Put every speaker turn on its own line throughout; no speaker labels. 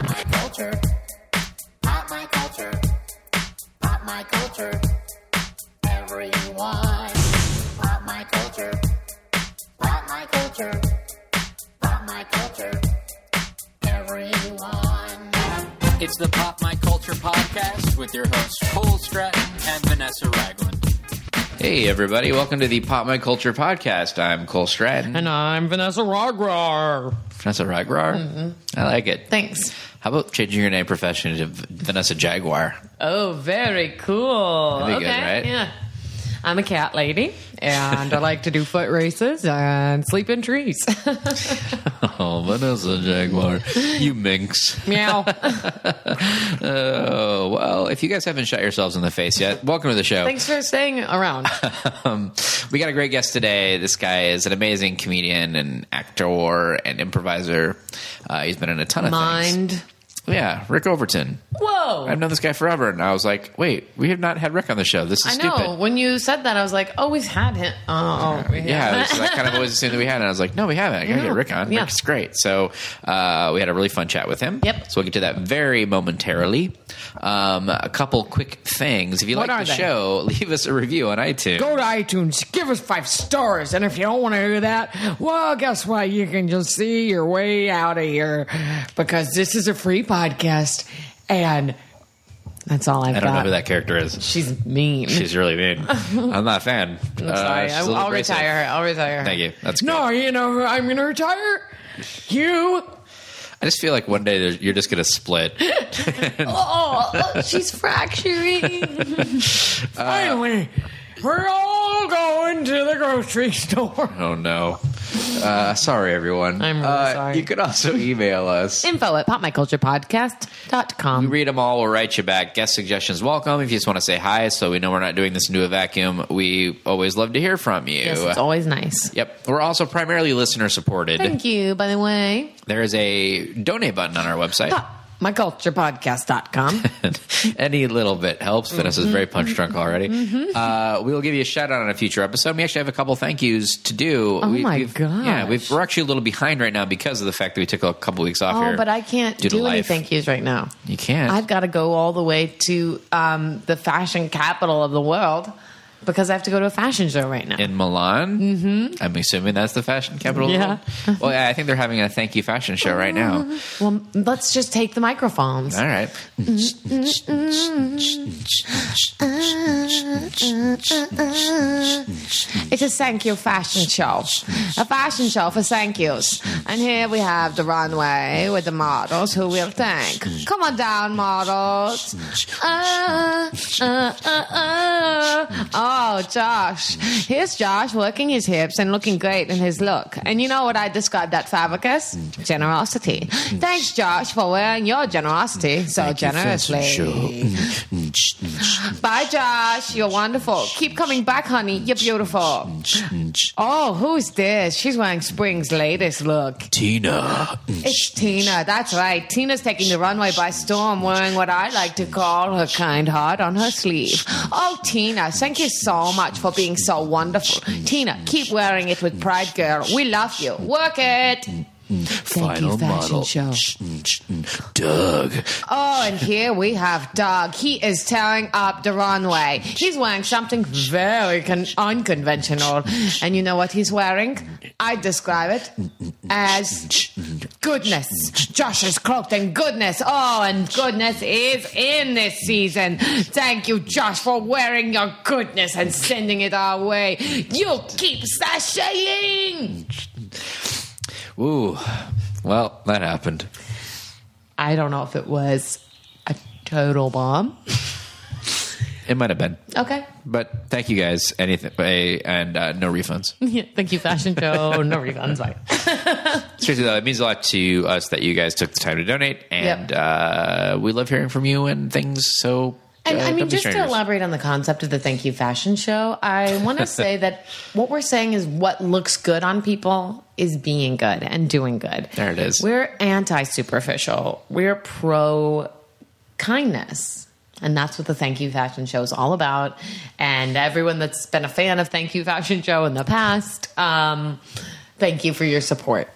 culture. Pop my culture. Pop my culture. Everyone. Pop my culture. Pop my culture. Pop my culture. Everyone.
It's the Pop My Culture podcast with your hosts Cole Stratton and Vanessa Ragland.
Hey, everybody. Welcome to the Pop My Culture Podcast. I'm Cole Stratton.
And I'm Vanessa Rograr.
Vanessa Ragrar. I like it.
Thanks.
How about changing your name professionally to V- Vanessa Jaguar?
Oh, very cool.
That'd be good, right?
Yeah. I'm a cat lady, and I like to do foot races and sleep in trees.
Oh, Vanessa Jaguar. You minx.
Meow.
Oh, well, if you guys haven't shot yourselves in the face yet, welcome to the show.
Thanks for staying around.
Um, we got a great guest today. This guy is an amazing comedian and actor and improviser. Uh, he's been in a ton of things.
Mind.
Yeah, Rick Overton.
Whoa.
I've known this guy forever, and I was like, wait, we have not had Rick on the show. This is
I know.
stupid.
When you said that, I was like, oh, we've had him. Oh, we
Yeah,
haven't.
this is- I kind of always assumed that we had, and I was like, no, we haven't. I gotta
No.
get Rick on.
Yeah.
Rick's great. So uh, we had a really fun chat with him.
Yep.
So we'll get to that very momentarily. Um, a couple quick things. If you
What
like
are
the
they?
show, leave us a review on iTunes.
Go to iTunes, give us five stars, and if you don't want to hear that, well, guess what? You can just see your way out of here because this is a free podcast, and that's all I've
I don't
got.
know who that character is.
She's mean.
She's really mean. I'm not a fan. Uh,
Sorry,
she's a
I'll,
little
I'll
abrasive.
retire. I'll retire.
Thank you. That's good.
No, you know, who I'm going to retire. You.
I just feel like one day there's- you're just gonna split.
Oh, she's fracturing.
Uh,
Finally, we're all going to the grocery store.
Oh no. Uh, sorry, everyone.
I'm really
Uh,
sorry.
You could also email us.
Info at popmyculturepodcast.com.
read them all. We'll write you back. Guest suggestions welcome. If you just want to say hi, so we know we're not doing this into a vacuum, we always love to hear from you.
Yes, it's always nice.
Yep. We're also primarily listener supported.
Thank you, by the way.
There is a donate button on our website.
Popmyculturepodcast.com.
Any little bit helps. Vanessa's
Mm-hmm.
very punch drunk already. Uh, we will give you a shout out on a future episode. We actually have a couple thank yous to do.
Oh
we,
my
we've- Yeah,
gosh.
we've, we're actually a little behind right now because of the fact that we took a couple weeks off
oh,
here.
but I can't
due to
do any
life.
thank yous right now.
You can't.
I've got to go all the way to um, the fashion capital of the world because I have to go to a fashion show right now.
in Milan. Mm-hmm. I'm assuming that's the fashion capital. of the
Yeah.
world. well, yeah, I think they're having a thank you fashion show right now.
well, let's just take the microphones.
All right.
It's a thank you fashion show, a fashion show for thank yous. And here we have the runway with the models who we'll thank. Come on down, models. Uh, uh, uh, uh. Oh, Josh. Here's Josh working his hips and looking great in his look. And you know what I described that fabric as? Generosity. Thanks, Josh, for wearing your generosity so generously. Bye, Josh. You're wonderful. Keep coming back, honey. You're beautiful. Oh, who's this? She's wearing Spring's latest look.
Tina.
It's Tina. That's right. Tina's taking the runway by storm, wearing what I like to call her kind heart on her sleeve. Oh, Tina, thank you so much for being so wonderful. Tina, keep wearing it with pride, girl. We love you. Work it.
Final
you,
model.
fashion
Doug.
Oh, and here we have Doug. He is tearing up the runway. He's wearing something very con- unconventional. And you know what he's wearing? I describe it as goodness. Josh is cloaked in goodness. Oh, and goodness is in this season. Thank you, Josh, for wearing your goodness and sending it our way. You keep sashaying.
Ooh. Well, that happened.
I don't know if it was a total bomb.
It might have been.
Okay.
But thank you guys. Anything and uh, no refunds.
Yeah, thank you, fashion show. No refunds. Bye.
Seriously though, it means a lot to us that you guys took the time to donate, and
Yep.
uh, we love hearing from you and things. So,
And
uh,
I
don't
mean,
be
just to
strangers.
elaborate on the concept of the thank you fashion show, I want to say that what we're saying is what looks good on people is being good and doing good.
There it is.
We're anti superficial, we're pro kindness. And that's what the Thank You Fashion Show is all about. And everyone that's been a fan of Thank You Fashion Show in the past, um, thank you for your support.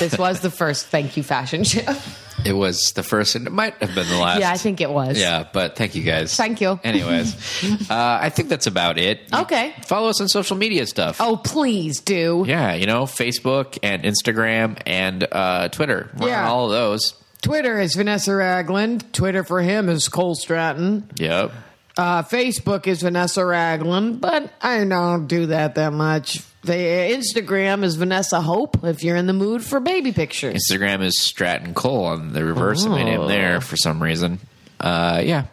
This was the first thank you fashion show.
It was the first, and it might have been the last.
yeah, I think it was.
Yeah, but thank you guys.
Thank you.
Anyways, uh, I think that's about it. You
Okay.
Follow us on social media stuff.
Oh, please do.
Yeah, you know, Facebook and Instagram and uh, Twitter. We're
Yeah.
on all of those.
Twitter is Vanessa Ragland. Twitter for him is Cole Stratton.
Yep.
Uh, Facebook is Vanessa Ragland, but I don't do that that much. The uh, Instagram is Vanessa Hope if you're in the mood for baby pictures.
Instagram is Stratton Cole on the reverse of my name there for some reason. Uh, yeah,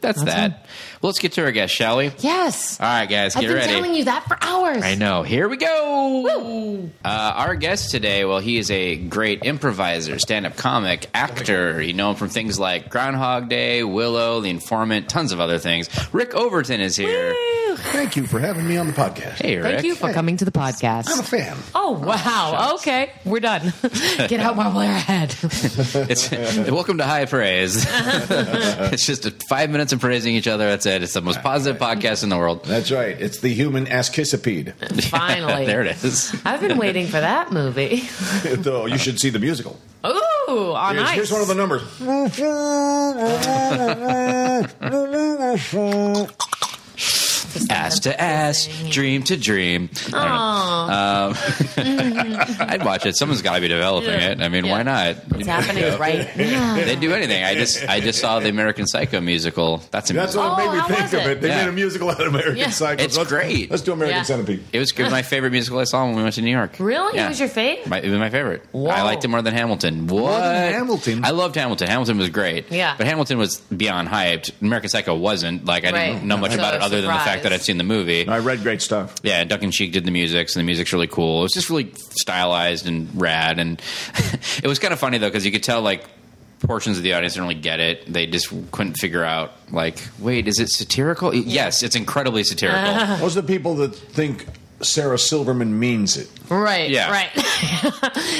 that's that. Well, let's get to our guest, shall we?
Yes.
All right, guys,
I've
get
been
ready.
telling you that for hours.
I know. Here we go. Uh, our guest today, well, he is a great improviser, stand-up comic, actor. You know him from things like Groundhog Day, Willow, The Informant, tons of other things. Rick Overton is here.
Thank you for having me on the podcast.
Hey, Rick.
Thank you for coming to the podcast.
I'm a fan.
Oh wow! okay, we're done. Get out while we're ahead.
It's, welcome to High Praise. it's just five minutes of praising each other. That's it. It's the most positive podcast in the world.
That's right. It's the human ascicipede.
Finally,
there it is.
I've been waiting for that movie.
Though you should see the musical.
Ooh, on
Here's,
ice.
here's one of the numbers.
ass to ass, dream to dream.
Um,
I don't know. Um, I'd watch it. Someone's got to be developing
Yeah.
it. I mean,
Yeah.
why not?
It's happening right now.
They do anything. I just I just saw the American Psycho musical. That's amazing.
That's what
Oh,
it made me
how
think
was
of
it?
it. They
Yeah.
made a musical out of American
Yeah.
Psycho.
It's
let's,
great.
Let's do American
Yeah.
Centipede.
it was good. my favorite musical I saw when we went to New York.
Really?
Yeah.
It was your fave?
My, it was my favorite.
Whoa.
I liked it more than Hamilton. What?
than Hamilton?
I loved Hamilton. Hamilton was great.
Yeah.
But Hamilton was beyond hyped. American Psycho wasn't. Like, I
Right.
didn't know much
So
about it other than the
surprised.
fact that I'd seen the movie.
I read great stuff.
Yeah, and Duck and Cheek did the music, so the music's really cool. It was just really stylized and rad, and it was kind of funny though because you could tell like portions of the audience didn't really get it. They just couldn't figure out like, wait, is it satirical? Yes, it's incredibly satirical.
Those are the people that think Sarah Silverman means it.
Right.
Yeah.
Right.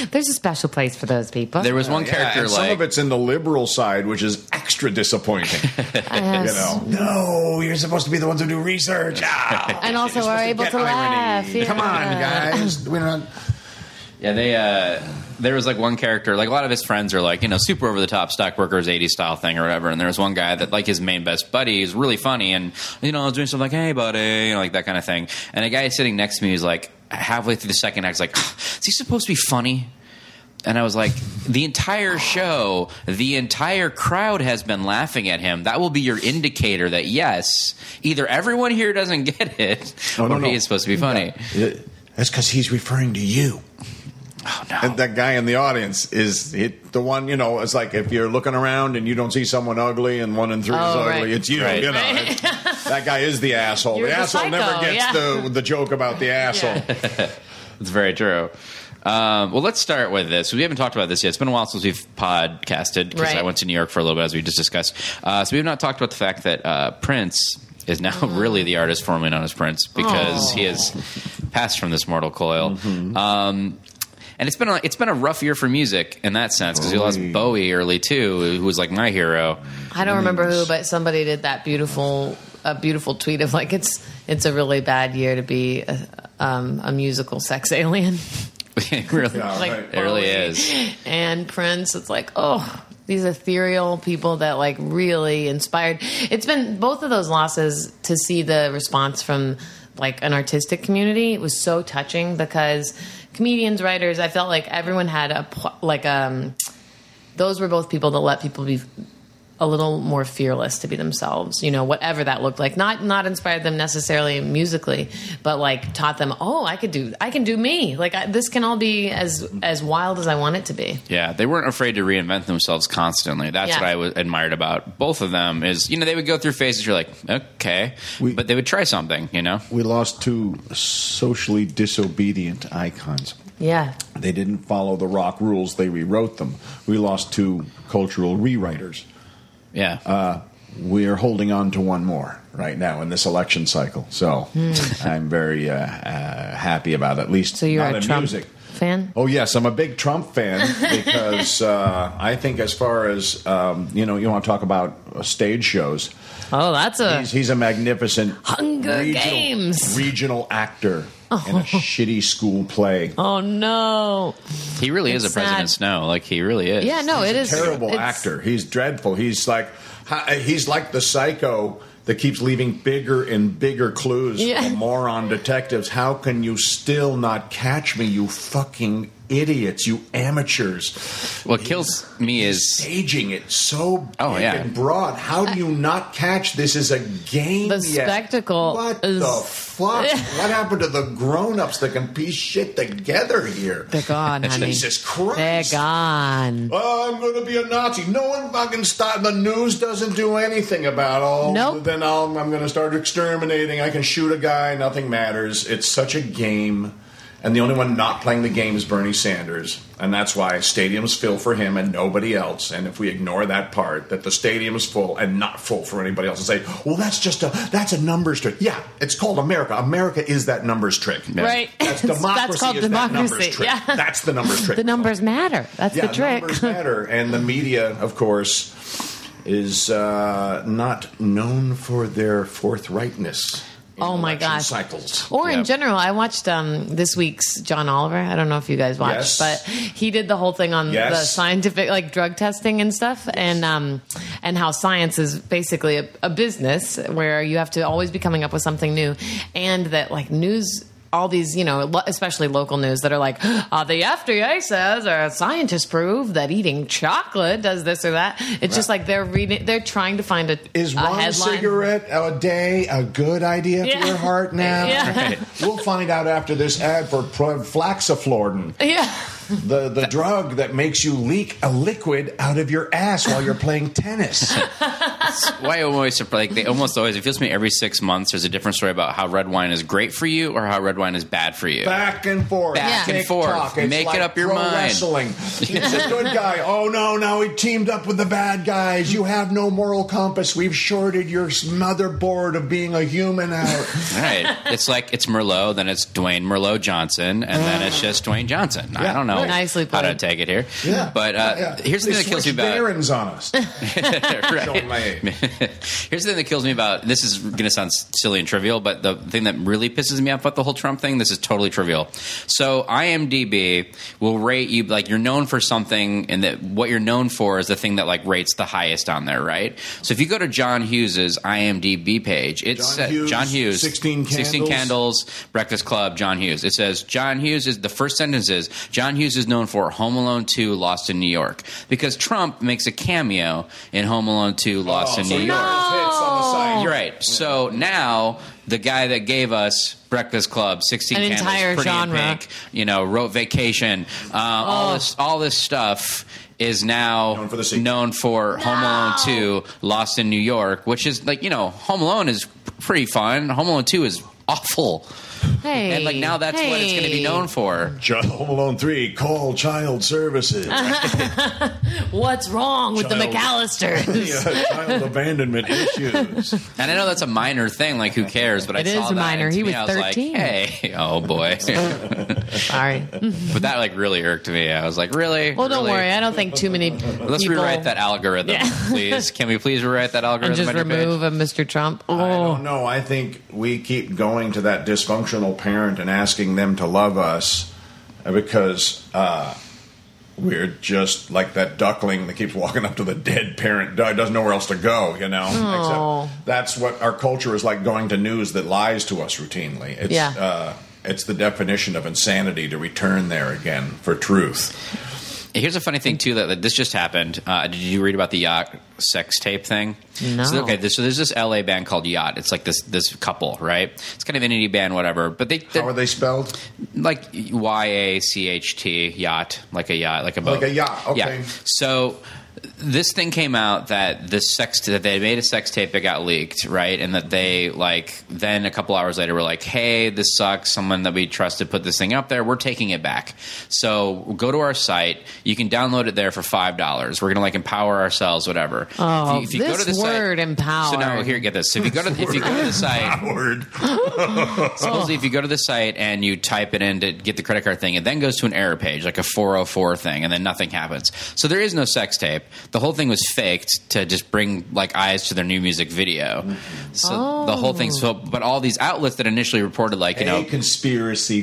There's a special place for those people.
there was one
Yeah,
character
and
like
some of it's in the liberal side, which is extra disappointing. you know, no, you're supposed to be the ones who do research. Ah,
and also are able
get
to laugh.
irony. Come on,
yeah.
guys. We're not.
Yeah, they uh there was like one character, like a lot of his friends are like, you know, super over the top stockworkers 80s style thing or whatever. And there was one guy that like his main best buddy is really funny and you know, doing something like, Hey buddy, you know, like that kind of thing. And a guy sitting next to me is like halfway through the second act, is like, Is he supposed to be funny? And I was like, the entire show, the entire crowd has been laughing at him. That will be your indicator that yes, either everyone here doesn't get it,
Oh, no,
or
no.
he is supposed to be funny.
That's because he's referring to you.
Oh no!
And that guy in the audience is it, the one, you know, it's like if you're looking around and you don't see someone ugly and one in three is
Oh,
ugly,
right.
it's you.
Right.
You know,
Right.
It- that guy is the asshole.
You're
the
the
asshole
psycho,
never gets
yeah.
the, the joke about the asshole.
It's very true. Um, well, let's start with this. We haven't talked about this yet. It's been a while since we've podcasted because
Right.
I went to New York for a little bit, as we just discussed. Uh, so we've not talked about the fact that uh, Prince is now really the artist formerly known as Prince because he has passed from this mortal coil. Um, and it's been a, it's been a rough year for music in that sense because we lost Bowie early too, who was like my hero.
I don't remember
Mm.
who, but somebody did that beautiful, a beautiful tweet of like it's it's a really bad year to be a, um, a musical sex alien.
really,
Yeah,
like
right.
it really
Bowie
is.
And Prince, it's like, oh, these ethereal people that like really inspired. It's been both of those losses to see the response from like an artistic community was so touching because comedians, writers, I felt like everyone had a pl- like um those were both people that let people be a little more fearless to be themselves you know whatever that looked like not not inspired them necessarily musically but like taught them oh i could do i can do me like I, this can all be as as wild as i want it to be
Yeah, they weren't afraid to reinvent themselves constantly. That's
Yeah.
what I was admired about both of them. Is you know they would go through phases. You're like, okay,
We-
but they would try something. You know,
We lost two socially disobedient icons.
yeah
They didn't follow the rock rules, they rewrote them. We lost two cultural rewriters.
yeah.
Uh, we are holding on to one more right now in this election cycle. So I'm very uh, uh, happy about at least
Hmm. so you're
not
a
in
trump
music.
fan
Oh yes, I'm a big Trump fan because uh, I think as far as um, you know, you want to talk about uh, stage shows.
oh that's a
He's, he's a magnificent
Hunger Games.
regional actor. in a shitty school play.
Oh no!
He really is a
It's
President
sad.
Snow. Like he really is.
Yeah, no, it is
Terrible
it's-
actor. He's dreadful. He's like hi- he's like the psycho that keeps leaving bigger and bigger clues
Yeah.
for moron detectives. How can you still not catch me, you fucking idiots, you amateurs?
What kills me is
Staging it so
Oh,
big
yeah.
and broad. How do you not catch this is a game?
The
yet?
spectacle
What
is-
the fuck? what happened to the grown-ups that can piece shit together here?
They're gone, honey.
Jesus Christ.
They're gone.
Oh, I'm going to be a Nazi. No one fucking stop. The news doesn't do anything about all.
Nope.
Then I'll, I'm going to start exterminating. I can shoot a guy. Nothing matters. It's such a game. And the only one not playing the game is Bernie Sanders. And that's why stadiums fill for him and nobody else. And if we ignore that part, that the stadium's full and not full for anybody else, and say, well, that's just a, that's a numbers trick. Yeah, it's called America. America is that numbers trick.
Right.
That's democracy is that numbers trick.
Yeah.
That's the numbers trick.
The numbers matter. That's
Yeah,
the trick.
numbers matter, and the media, of course, is uh, not known for their forthrightness. in
Oh, my
election
gosh.
Cycles.
Or
Yeah.
in general, I watched um, this week's John Oliver. I don't know if you guys watched,
Yes.
but he did the whole thing on
Yes.
the scientific, like drug testing and stuff, and um, and how science is basically a, a business where you have to always be coming up with something new, and that like news. All these, you know, lo- especially local news that are like, uh, the FDA says, or scientists prove that eating chocolate does this or that. It's just like they're reading, they're trying to find a,
Is
a
one
headline.
cigarette a day a good idea
Yeah.
for your heart now?
Yeah.
We'll find out after this ad for pro- flaxaflordin,
Yeah.
the, the drug that makes you leak a liquid out of your ass while you're playing tennis.
why I'm always surprised- like they almost always. It feels to me every six months there's a different story about how red wine is great for you or how red wine is bad for you.
back and forth,
Back
and
TikTok.
forth. Make it up your
pro
mind.
Wrestling. He's a good guy. Oh no, now he teamed up with the bad guys. You have no moral compass. We've shorted your motherboard of being a human out.
All right, it's like it's Merlot, then it's Dwayne Merlot Johnson, and then it's just Dwayne Johnson. I
Yeah,
don't know
right.
Nicely
how to
played.
take it here.
Yeah,
But uh,
Yeah.
here's the
They
thing that kills me
switched
about
Barons on us. Showing my age.
Here's the thing that kills me about this is going to sound silly and trivial, but the thing that really pisses me off about the whole Trump thing, this is totally trivial. So IMDb will rate you like you're known for something, and that what you're known for is the thing that like rates the highest on there, right? So if you go to John Hughes's IMDb page, it's
John Hughes,
John Hughes,
16
16
Candles.
Candles, Breakfast Club, John Hughes. It says John Hughes is the first sentence is John Hughes is known for Home Alone 2, Lost in New York, because Trump makes a cameo in Home Alone 2, Lost
Oh,
in
so
New
yours
York.
hits on the side.
You're right. So now the guy that gave us Breakfast Club, Sixteen
An
Candles,
entire
Pretty in
genre. Oh.
Pink, you know, wrote Vacation, uh, all this, all this stuff is now
Known for the sequel.
known for Home Alone Two, Lost in New York, which is like you know, Home Alone is pretty fun. Home Alone Two is awful,
Hey.
and like now that's what it's going to be
hey.
known for.
John Home Alone Three. Call Child Services.
What's wrong with the
Child.
McAllisters?
Yeah, uh, child abandonment issues.
And I know that's a minor thing, like who cares? But
It
I
is
saw that,
minor.
and to
He
me,
was
I like,
13.
hey, oh boy.
Sorry.
But that like really irked me. I was like, really?
Well, don't
Really?
worry. I don't think too many.
Let's
people
rewrite that algorithm,
Yeah.
please. Can we please rewrite that algorithm?
and just
on your page?
remove a Mr. Trump.
I
Oh,
don't know. I think we keep going to that dysfunctional parent and asking them to love us uh, because uh, we're just like that duckling that keeps walking up to the dead parent, duck- doesn't know where else to go, you know?
Oh.
Except that's what our culture is like going to news that lies to us routinely. It's,
Yeah.
uh, it's the definition of insanity to return there again for truth.
Here's a funny thing too that, that this just happened. Uh, did you read about the yacht sex tape thing?
No.
So, okay, this, so there's this LA band called Yacht. It's like this this couple, right? It's kind of an indie band, whatever. But they
How are they spelled?
like Y A C H T yacht, like a yacht, like a boat,
Like a yacht, okay.
Yeah. So this thing came out that the sex that they made a sex tape that got leaked, right? And that they like then a couple hours later were like, "Hey, this sucks. Someone that we trusted put this thing up there. We're taking it back. So go to our site. You can download it there for five dollars. We're gonna like empower ourselves, whatever.
Oh, this word, empower.
So now here, get this. So if you go to if you go to the site,
Howard.
Supposedly, if you go to the site and you type it in to get the credit oh card thing, it then goes to an error page, like a 404 thing, and then nothing happens. So there is no sex tape. the whole thing was faked to just bring like eyes to their new music video. So the whole thing's so but all these outlets that initially reported like, you
a
know,
conspiracy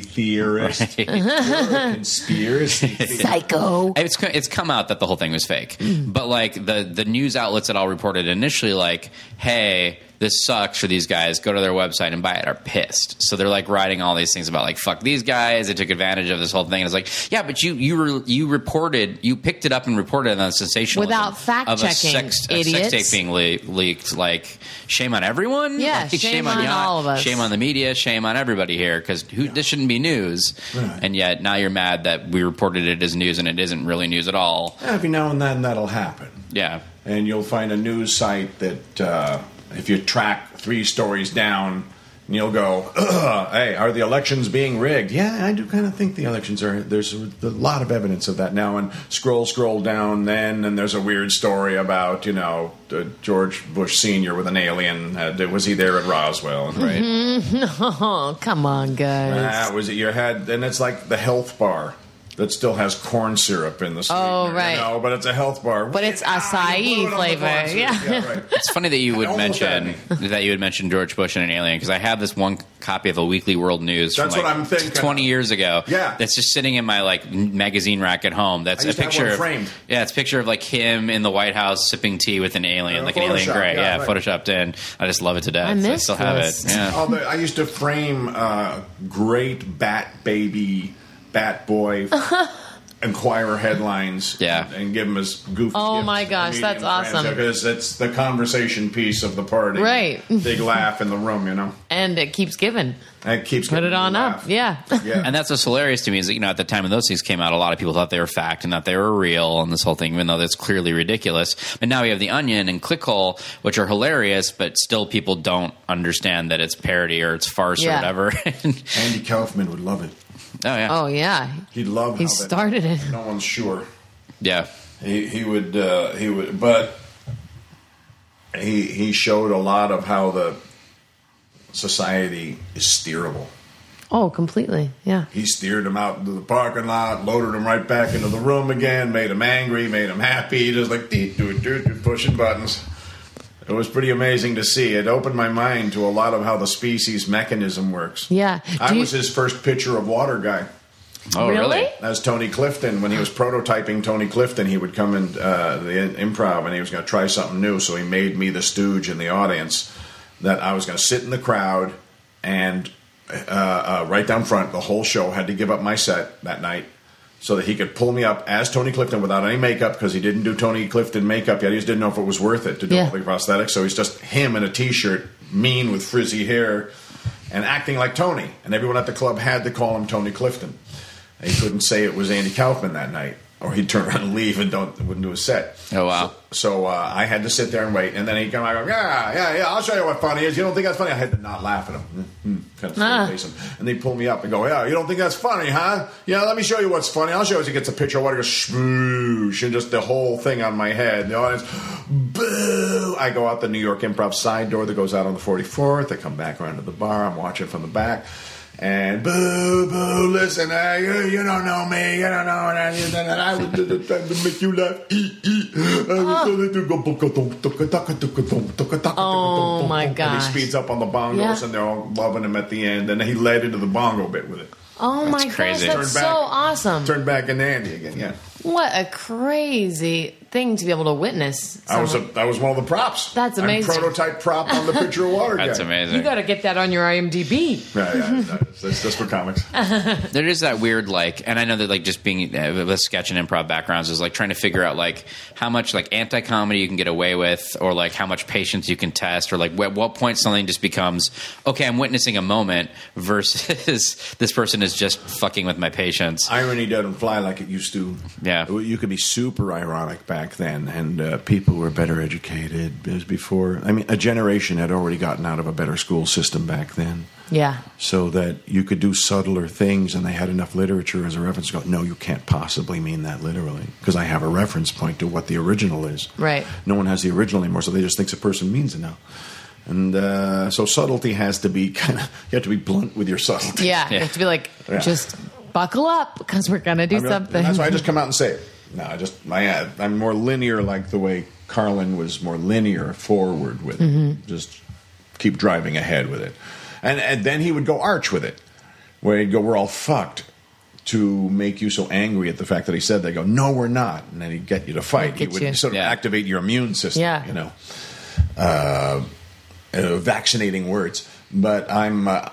theorist. You're a conspiracy theorist.
Psycho.
it's co- it's come out that the whole thing was fake.
Mm.
But like the the news outlets that all reported initially, like, hey, this sucks for these guys. Go to their website and buy it. Are pissed. So they're like writing all these things about like fuck these guys. They took advantage of this whole thing. And it's like yeah, but you you re- you reported you picked it up and reported on the sensational
Without fact
of
checking,
a sex, a
idiots.
sex tape being le- leaked. Like shame on everyone.
Yeah,
Like,
shame on
y'all.
all of us.
Shame on the media. Shame on everybody here because this shouldn't be news.
Right.
And yet now you're mad that we reported it as news and it isn't really news at all.
Every now and then that'll happen.
Yeah.
And you'll find a news site that uh, if you track three stories down, and you'll go, hey, are the elections being rigged? Yeah, I do kind of think the elections are. There's a lot of evidence of that now. And scroll, scroll down then, and there's a weird story about, you know, uh, George Bush Sr. with an alien. Uh, was he there at Roswell? And
Right.
Oh, come on, guys.
That Ah, was it. You had, and it's like the health bar that still has corn syrup in the sweetener.
Oh, right.
No, but it's a health bar. Ah,
But it's acai
you blew it on the
flavor,
corn syrup.
yeah.
right.
It's funny that you would
Almost had
mention that you would mention George Bush and an alien because I have this one copy of a Weekly World News.
That's
from
what
like
I'm thinking.
Twenty years ago.
Yeah.
That's just sitting in my like n- magazine rack at home. That's
I used
a
to have
picture
one
of-
framed.
yeah, it's a picture of like him in the White House sipping tea with an alien,
Uh,
like an alien
Photoshop,
gray.
yeah,
Yeah,
right.
photoshopped in. I just love it to death.
I
So
miss
still have
this.
it. Yeah.
Although I used to frame uh, great bat baby, bat boy. Inquirer headlines,
Yeah.
and, and give them as goofy.
Oh
gifts
my
to the
gosh,
media
that's
and friends,
awesome.
Because it's the conversation piece of the party,
Right.
Big laugh in the room, you know.
And it keeps giving.
It keeps
Put it
getting
on
the
up.
laugh.
Yeah.
yeah.
And that's what's hilarious to me is that, you know, at the time when those things came out, a lot of people thought they were fact and that they were real and this whole thing, even though that's clearly ridiculous. But now we have The Onion and Clickhole, which are hilarious, but still people don't understand that it's parody or it's farce
Yeah.
or whatever. oh,
Andy Kaufman would love it.
yeah.
Oh, yeah.
He'd love.
He
how that-
started it.
No one's sure.
Yeah.
He he would uh, he would, but he he showed a lot of how the society is steerable.
Oh, completely. Yeah.
He steered him out into the parking lot, loaded him right back into the room again, made him angry, made him happy, just like dee, doo, doo, doo, pushing buttons. It was pretty amazing to see. It opened my mind to a lot of how the species mechanism works.
Yeah.
I
Do you-
was his first pitcher of water guy.
Oh, really?
Really?
That was Tony Clifton. When he was prototyping Tony Clifton, he would come in uh, the in- improv and he was going to try something new. So he made me the stooge in the audience that I was going to sit in the crowd and uh, uh, right down front. The whole show had to give up my set that night so that he could pull me up as Tony Clifton without any makeup because he didn't do Tony Clifton makeup yet. He just didn't know if it was worth it to do
Yeah.
all the prosthetics. So he's just him in a t-shirt, mean with frizzy hair, and acting like Tony. And everyone at the club had to call him Tony Clifton. And he couldn't say it was Andy Kaufman that night, or he'd turn around and leave and don't wouldn't do his set.
Oh, wow.
So uh, I had to sit there and wait, and then he'd come out and go, yeah, yeah, yeah, I'll show you what funny is. You don't think that's funny? I had to not laugh at him. Mm-hmm. Kind of
Ah.
face him. And they pull me up and go, yeah, you don't think that's funny, huh? Yeah, let me show you what's funny. I'll show you. He gets a picture of water, goes, shmoosh, and just the whole thing on my head. The audience, boo! I go out the New York Improv side door that goes out on the 44th. I come back around to the bar. I'm watching from the back. And boo, boo, listen, uh, you, you don't know me. You don't know what I did. And I was the time to make you laugh. Ee, ee. I was the little go- go- go- go- go- go- go- go- go- go- go- go-
Oh, my
And he
gosh.
speeds up on the bongos,
Yeah.
and they're all loving him at the end. And he led into the bongo bit with it.
Oh, my
crazy.
gosh. That's so
Turn back.
awesome.
Turned back into Andy again. Yeah,
What a crazy thing to be able to witness.
I was
Someone-
a, I was one of the props.
That's
I'm
amazing.
prototype prop on the picture of water.
That's
guy.
amazing.
you got to get that on your IMDb.
Yeah, yeah, no, it's- it's just for comics.
there is that weird like and i know that like just being uh, with sketch and improv backgrounds is like trying to figure out like how much like anti-comedy you can get away with or like how much patience you can test or like at what point something just becomes okay i'm witnessing a moment versus this person is just fucking with my patience
irony doesn't fly like it used to.
Yeah.
you could be super ironic back then, and uh, people were better educated. It was before. I mean, a generation had already gotten out of a better school system back then,
Yeah.
so that you could do subtler things, and they had enough literature as a reference. to Go, no, you can't possibly mean that literally, because I have a reference point to what the original is.
Right.
No one has the original anymore, so they just thinks a person means it now. And uh, so subtlety has to be kind of you have to be blunt with your subtlety.
Yeah. You
Yeah.
have to be like,
Yeah.
just buckle up because we're going to do
I mean,
something.
That's why I just come out and say it. No, I just my I'm more linear, like the way Carlin was more linear forward with
Mm-hmm.
it. Just keep driving ahead with it, and and then he would go arch with it, where he'd go, "We're all fucked." To make you so angry at the fact that he said that, go, no, we're not, and then he'd get you to fight. He
Get
would
you.
sort of
Yeah.
activate your immune system,
Yeah.
you know, uh, uh, vaccinating words. But I'm uh,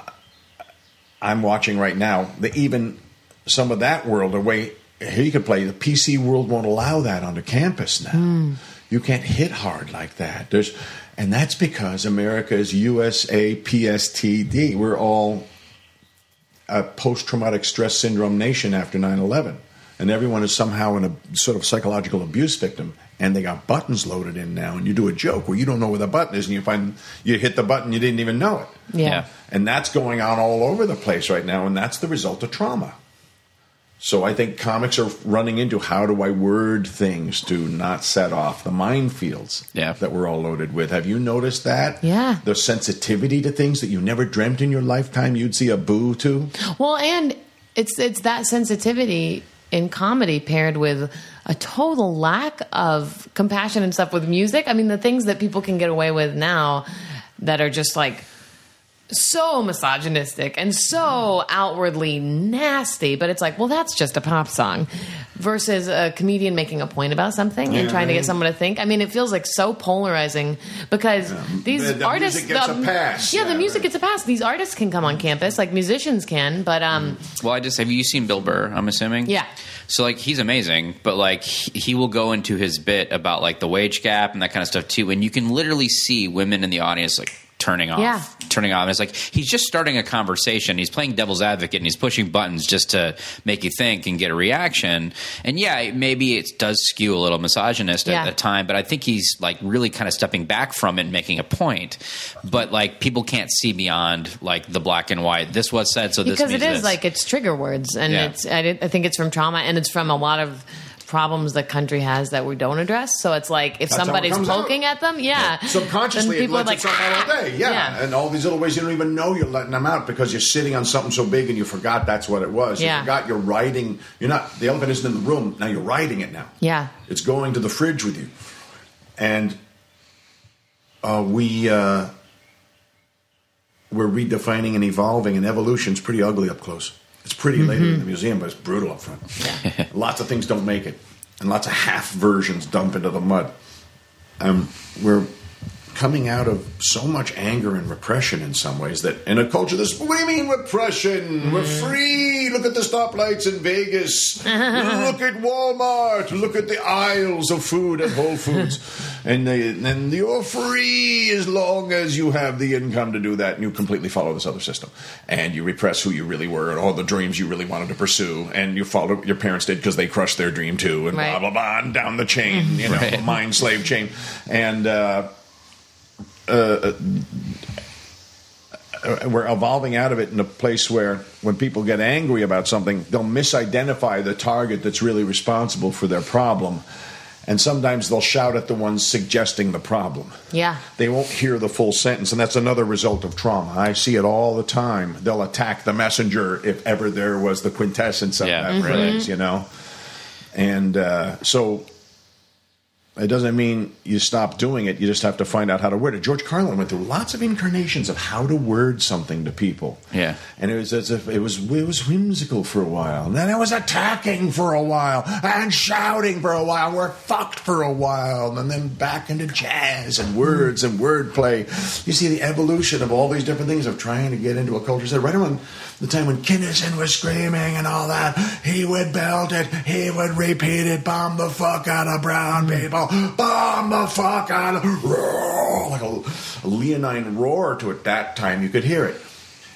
I'm watching right now, the, even some of that world are way he could play. The PC world won't allow that onto campus now. You can't hit hard like that. There's, and that's because America is USA PSTD. We're all a post traumatic stress syndrome nation after 9 11. And everyone is somehow in a sort of psychological abuse victim. And they got buttons loaded in now. And you do a joke where you don't know where the button is. And you find you hit the button, you didn't even know it.
Yeah.
Yeah.
And that's going on all over the place right now, and that's the result of trauma. So I think comics are running into how do I word things to not set off the minefields
Yeah.
that we're all loaded with. Have you noticed that?
Yeah.
The sensitivity to things that you never dreamt in your lifetime you'd see a boo to.
Well, and it's it's that sensitivity in comedy paired with a total lack of compassion and stuff with music. I mean, the things that people can get away with now that are just like so misogynistic and so outwardly nasty, but it's like, well, that's just a pop song. Versus a comedian making a point about something and
Yeah.
trying to get someone to think. I mean, it feels like so polarizing because these
The- the
artists,
music gets a pass.
Yeah, the
Yeah,
music
right.
gets a pass. These artists can come on campus, like musicians can, but
Mm.
um,
Well, I just have you seen Bill Burr? I'm assuming.
Yeah.
So like he's amazing, but like he, he will go into his bit about like the wage gap and that kind of stuff too, and you can literally see women in the audience like turning off,
Yeah.
turning off. And it's like he's just starting a conversation. He's playing devil's advocate and he's pushing buttons just to make you think and get a reaction. And yeah, it- maybe it does skew a little misogynist
Yeah.
at the time, but I think he's like really kind of stepping back from it and making a point. But like people can't see beyond like the black and white. This was said, so this
because it is
means this.
like it's trigger words, and
Yeah.
it's I, did- I think it's from trauma, and it's from a lot of problems the country has that we don't address. So it's like if
That's how it
somebody's
comes out.
poking at them, yeah,
Subconsciously,
then
it lets itself out
"Ah!"
all day. Yeah. and all these little ways you don't even know you're letting them out because you're sitting on something so big and you forgot that's what it was.
Yeah.
You forgot you're writing. You're not the elephant isn't in the room. Now you're writing it now.
Yeah.
it's going to the fridge with you, and uh, we uh, we're redefining and evolving, and evolution's pretty ugly up close. It's pretty later in the museum, but it's brutal up front. lots of things don't make it, and lots of half versions dump into the mud Um, we're coming out of so much anger and repression in some ways that in a culture that's what do you mean repression we're free look at the stoplights in vegas look at walmart look at the aisles of food at whole foods and, they, and you're free as long as you have the income to do that and you completely follow this other system and you repress who you really were and all the dreams you really wanted to pursue and you follow what your parents did because they crushed their dream too and
Right.
blah blah blah and down the chain you know
Right.
mind slave chain and uh, uh, we're evolving out of it in a place where when people get angry about something, they'll misidentify the target that's really responsible for their problem. And sometimes they'll shout at the ones suggesting the problem.
Yeah.
They won't hear the full sentence, and that's another result of trauma. I see it all the time. They'll attack the messenger if ever there was the quintessence of
Yeah, Mm-hmm.
that
really.
phrase, you know? And uh, so it doesn't mean you stop doing it. You just have to find out how to word it. George Carlin went through lots of incarnations of how to word something to people.
Yeah.
and it was as if it was it was whimsical for a while, and then it was attacking for a while, and shouting for a while. We're fucked for a while, and then back into jazz and words and wordplay. You see the evolution of all these different things of trying to get into a culture. So right around the time when Kinnison was screaming and all that, he would belt it, he would repeat it, bomb the fuck out of brown people, bomb the fuck out of roar, like a, a leonine roar to it. That time you could hear it,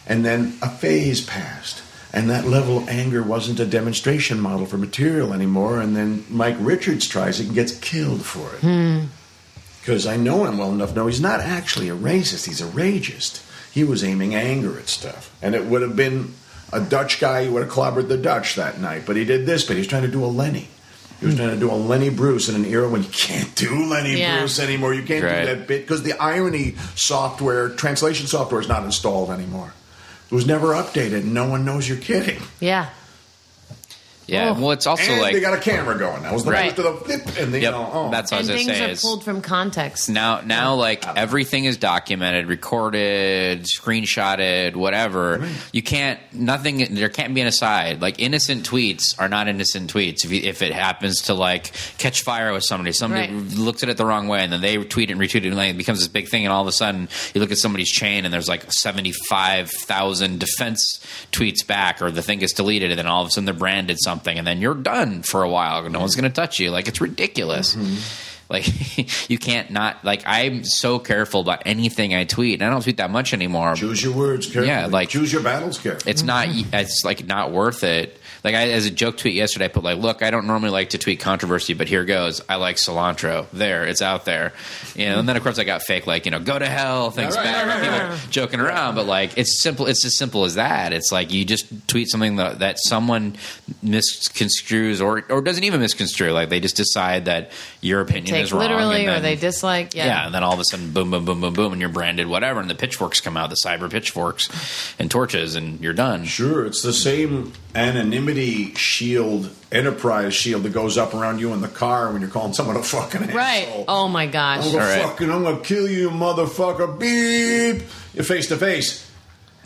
and then a phase passed. And that level of anger wasn't a demonstration model for material anymore. And then Mike Richards tries it and gets killed for it because I know him well enough. No, he's not actually a racist. He's a rageist. He was aiming anger at stuff, and it would have been a Dutch guy. He would have clobbered the Dutch that night, but he did this. But he's trying to do a Lenny. He was trying to do a Lenny Bruce in an era when you can't do Lenny
Yeah.
Bruce anymore. You can't
Right.
do that bit because the irony software, translation software, is not installed anymore. It was never updated. and No one knows you're kidding.
yeah.
Yeah.
Oh.
Well, it's also
and
like
they got a camera going. That was the
Right.
first of the flip, and they
Yep.
know, oh,
That's what I
and
was going
things
to say
are
is
pulled from context.
now now like everything is documented, recorded, screenshotted, whatever. You can't nothing. There can't be an aside. Like innocent tweets are not innocent tweets. If, you, if it happens to like catch fire with somebody, somebody
Right.
looked at it the wrong way, and then they tweet it and retweet it, and like, it becomes this big thing. And all of a sudden, you look at somebody's chain, and there's like seventy five thousand defense tweets back, or the thing gets deleted, and then all of a sudden they're branded something, and then you're done for a while. No one's going to touch you. Like it's ridiculous. Like you can't not like I'm so careful about anything I tweet. And I don't tweet that much anymore.
choose your words carefully.
Yeah, like-
choose your battles carefully.
It's not. It's like not worth it. Like I, as a joke tweet yesterday, I put like, "Look, I don't normally like to tweet controversy, but here goes. I like cilantro. There, it's out there." You know, and then of course I got fake like you know, "Go to hell." Things
Right,
back,
right, right,
people joking around, but like it's simple. It's as simple as that. It's like you just tweet something that, that someone misconstrues or or doesn't even misconstrue. Like they just decide that your opinion
Take
is wrong. and
literally, or
then-
they dislike.
yeah. and then all of a sudden, boom, boom, boom, boom, boom, and you're branded whatever, and the pitchforks come out, the cyber pitchforks and torches, and you're done.
Sure, it's the same anonymity shield, enterprise shield that goes up around you in the car when you're calling someone a fucking
Right.
asshole.
Oh my gosh.
I'm gonna
All right.
fucking, I'm gonna kill you, motherfucker. Beep. You're face to face.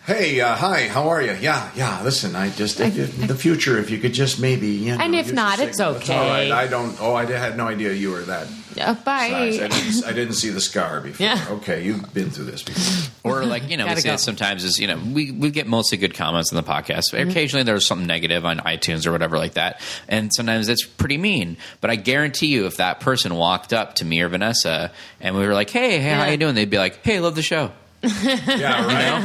Hey, uh, hi, how are you? Yeah, yeah. Listen, I just
I-
the future. If you could just maybe, you know,
And if
use the
not, it's
signal. all right.
okay.
I don't. Oh, I had no idea you were that
Uh, bye.
size. I didn't, I didn't see the scar before.
Yeah.
Okay, you've been through this before.
Or like you know, we
Gotta
say
go.
it sometimes is you know we, we get mostly good comments on the podcast.
Mm-hmm.
Occasionally there's something negative on iTunes or whatever like that, and sometimes it's pretty mean. But I guarantee you, if that person walked up to me or Vanessa and we were like, "Hey, hey, how
Yeah.
you doing?" They'd be like, "Hey, love the show."
Yeah,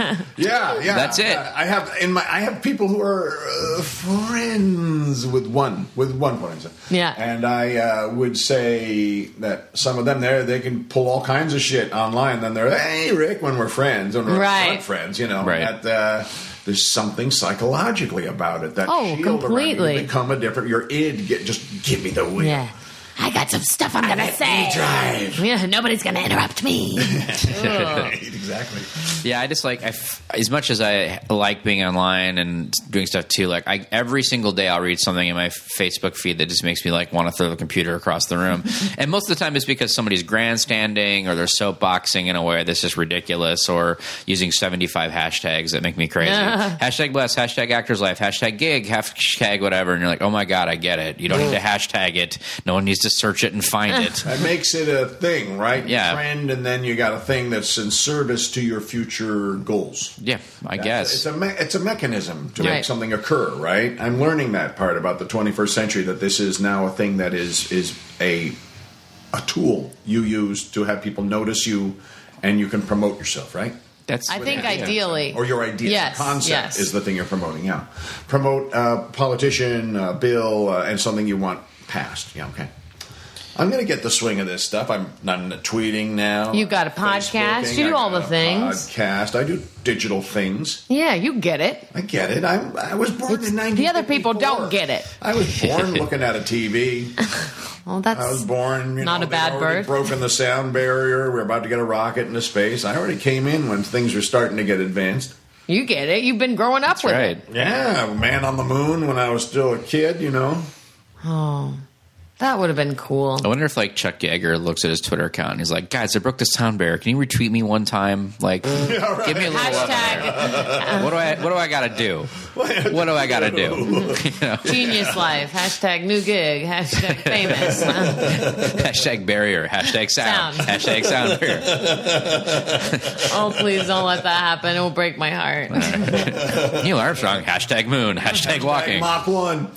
right. Yeah, yeah.
That's it.
Yeah, I have in my. I have people who are uh, friends with one with one point.
Yeah.
and I uh, would say that some of them there they can pull all kinds of shit online. Then they're hey Rick when we're friends and we're
Right.
not friends, you know.
Right.
At, uh, there's something psychologically about it that
Oh,
shield around you,
completely.
You become a different. Your id get just give me the wheel.
yeah. I got some stuff I'm gonna say.
Drive.
Yeah, nobody's gonna interrupt me.
exactly.
Yeah, I just like I f- as much as I like being online and doing stuff too. Like I, every single day, I'll read something in my Facebook feed that just makes me like want to throw the computer across the room. and most of the time, it's because somebody's grandstanding or they're soapboxing in a way that's just ridiculous, or using seventy-five hashtags that make me crazy. hashtag bless, hashtag actors life, hashtag gig, hashtag whatever. And you're like, oh my god, I get it. You don't need to hashtag it. No one needs to search it and find it.
That makes it a thing, right?
Yeah.
Trend, and then you got a thing that's in service to your future goals.
Yeah, I guess
it's a me- it's a mechanism to
Right.
make something occur, right? I'm learning that part about the 21st century that this is now a thing that is is a a tool you use to have people notice you and you can promote yourself, right?
that's.
I think
Yeah.
ideally,
or your idea,
Yes,
concept
yes.
is the thing you're promoting. Yeah, promote uh, politician, uh, bill, uh, and something you want passed. Yeah, okay. I'm gonna get the swing of this stuff. I'm not into tweeting now.
You got a podcast.
Facebooking.
You do
I
all
got
the
a
things.
Podcast. I do digital things.
yeah, you get it.
I get it. I'm, I was born
It's-
in
the
90.
other people don't get it.
I was born looking at a TV.
Well,
I was
that's
born. You
Not
know,
a bad
they'd already
birth.
Broken the sound barrier. We're about to get a rocket into space. I already came in when things were starting to get advanced.
you get it. You've been growing up with
right.
it.
Yeah, man on the moon when I was still a kid. You know.
Oh, that would have been cool.
I wonder if like Chuck Yeager looks at his Twitter account and he's like, "Guys, I broke this sound barrier. Can you retweet me one time? Like, give me a little uh, up
Hashtag
there. What do I What do I got to do? What do I got to do? you know,
genius life. Hashtag new gig. Hashtag famous.
hashtag barrier. Hashtag sound.
Sound.
Hashtag sound barrier.
oh, please don't let that happen. It will break my heart.
Neil Armstrong. Hashtag moon. Hashtag
Like
walking.
Mach one,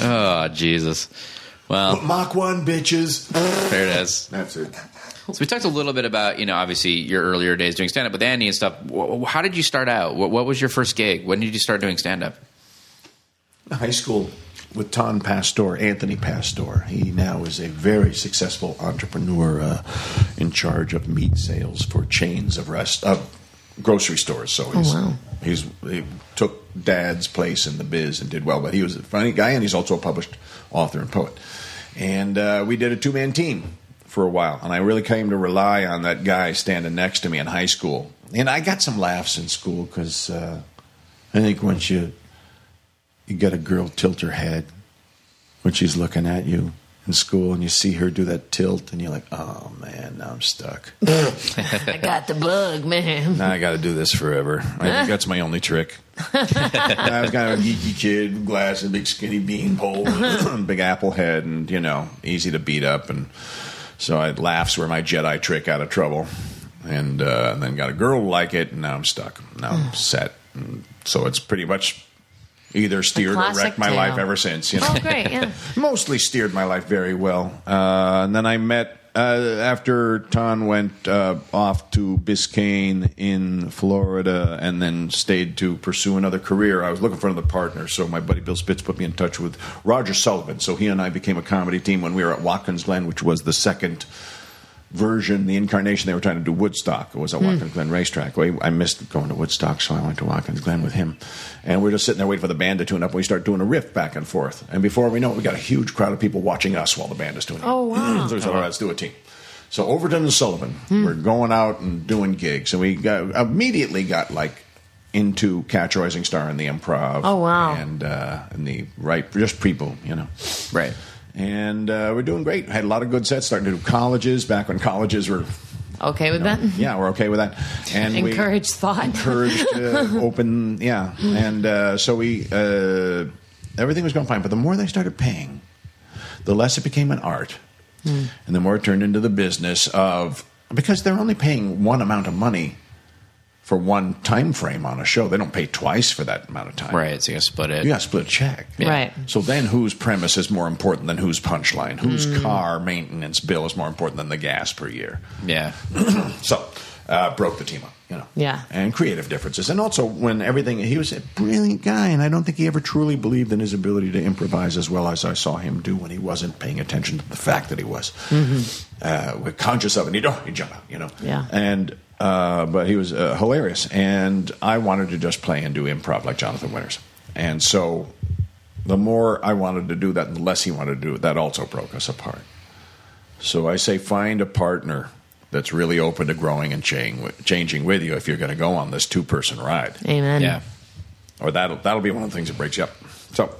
Oh Jesus. Well,
Mach one, bitches.
there it is.
That's it.
So we talked a little bit about you know obviously your earlier days doing stand up with Andy and stuff. Wh- wh- How did you start out? What, what was your first gig? When did you start doing stand up?
High school with Ton Pastor, Anthony Pastor. He now is a very successful entrepreneur uh, in charge of meat sales for chains of rest of grocery stores. So he's,
wow.
he's he took dad's place in the biz and did well. But he was a funny guy, and he's also a published author and poet. And uh, we did a two man team for a while, and I really came to rely on that guy standing next to me in high school. And I got some laughs in school because uh, I think once you you got a girl tilt her head when she's looking at you in school, and you see her do that tilt, and you're like, oh man, now I'm stuck.
I got the bug, man.
now I got to do this forever. I think that's my only trick. I was kind of a geeky kid, with glasses, big skinny bean pole, big apple head, and you know, easy to beat up. And so I laughs were my Jedi trick out of trouble, and, uh, and then got a girl to like it, and now I'm stuck. Now I'm set. And so it's pretty much either steered or
classic
wrecked my
tale.
life ever since. You know
Oh, great, yeah.
mostly steered my life very well. Uh, and then I met uh, after Ton went uh, off to Biscayne in Florida, and then stayed to pursue another career. I was looking for another partner, so my buddy Bill Spitz put me in touch with Roger Sullivan. So he and I became a comedy team when we were at Watkins Glen, which was the second version, the incarnation they were trying to do Woodstock. It was
Hmm.
at Watkins Glen Racetrack. We, I missed going to Woodstock, so I went to Watkins Glen with him. And we're just sitting there waiting for the band to tune up. We start doing a riff back and forth. And before we know it, we got a huge crowd of people watching us while the band is doing it.
Oh, wow. Hmm.
so we said, all right, let's do a team. So Overton and Sullivan were going out and doing gigs. And we got, immediately got like into Catch a Rising Star and the Improv.
Oh, wow.
And, uh, and the right, just pre-boom, you know
Right.
and uh, we're doing great. Had a lot of good sets. Starting to do colleges back when colleges were,
Okay with that?
yeah, we're okay with that. And we-
Encourage thought.
encouraged uh, open, yeah. And uh, so we uh, everything was going fine. But the more they started paying, the less it became an art,
Hmm.
and the more it turned into the business of because they're only paying one amount of money for one time frame on a show. They don't pay twice for that amount of time.
Right. So you gotta split it.
You got to split a check.
Right.
So then, whose premise is more important than whose punchline? Whose
Hmm.
car maintenance bill is more important than the gas per year?
Yeah.
So, uh, broke the team up, you know.
Yeah.
And creative differences, and also when everything he was a brilliant guy, and I don't think he ever truly believed in his ability to improvise as well as I saw him do when he wasn't paying attention to the fact that he was. Uh, we're conscious of it. You don't. You jump out. You know.
Mm-hmm. Yeah.
And. Uh, but he was uh, hilarious, and I wanted to just play and do improv like Jonathan Winters. And so the more I wanted to do that, and the less he wanted to do it, that also broke us apart. So I say find a partner that's really open to growing and chang- changing with you if you're going to go on this two person ride.
Amen.
Yeah.
Or that'll, that'll be one of the things that breaks you up. So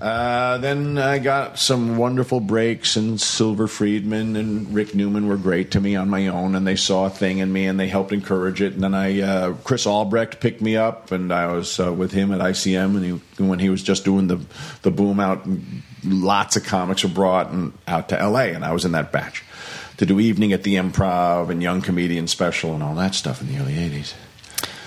uh, then I got some wonderful breaks, and Silver Friedman and Rick Newman were great to me on my own, and they saw a thing in me and they helped encourage it. And then I, uh, Chris Albrecht picked me up, and I was uh, with him at ICM, and he, when he was just doing the, the boom out, and lots of comics were brought and out to LA, and I was in that batch to do evening at the improv and young comedian special and all that stuff in the early 80s.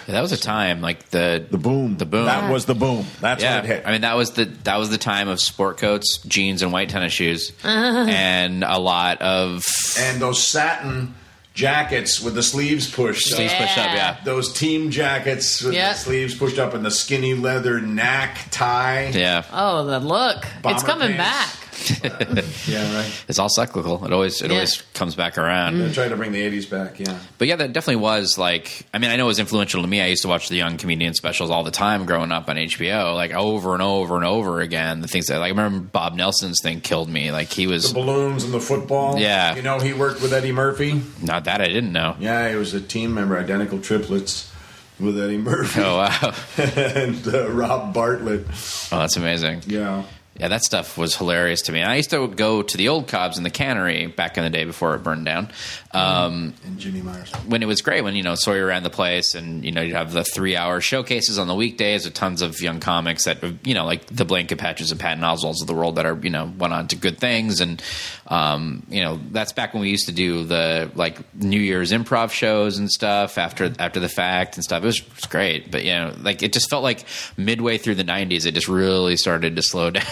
Yeah, That was a time like the
The boom.
The boom.
That was the boom. That's
yeah,
when it hit.
I mean that was the that was the time of sport coats, jeans, and white tennis shoes, and a lot of
Uh-huh. and those satin jackets with the sleeves pushed
sleeves
up.
pushed up. Yeah,
Those team jackets with
Yep.
the sleeves pushed up and the skinny leather knack tie.
yeah.
Oh, the look. it's
Bomber
coming
pants.
back.
Yeah, right.
It's all cyclical. It always it
Yeah.
always comes back around.
They're trying to bring the 80s back, yeah.
But yeah, that definitely was like. I mean, I know it was influential to me. I used to watch the young comedian specials all the time growing up on HBO, like over and over and over again. The things that like I remember Bob Nelson's thing killed me. Like he
The
was
balloons and the football.
Yeah.
You know, he worked with Eddie Murphy.
not that I didn't know.
Yeah, he was a team member, identical triplets with Eddie Murphy
Oh wow,
and uh, Rob Bartlett.
oh that's amazing.
Yeah.
Yeah, that stuff was hilarious to me. And I used to go to the old Cobs in the cannery back in the day before it burned down. Um,
And Jimmy Myers.
when it was great, when you know Sawyer ran the place, and you know you'd have the three-hour showcases on the weekdays with tons of young comics that you know, like the Blaine Patches and Patton Oswalds of the world that are you know went on to good things, and um, you know that's back when we used to do the like New Year's improv shows and stuff after after the fact and stuff. It was, it was great, but you know, like it just felt like midway through the '90s, it just really started to slow down.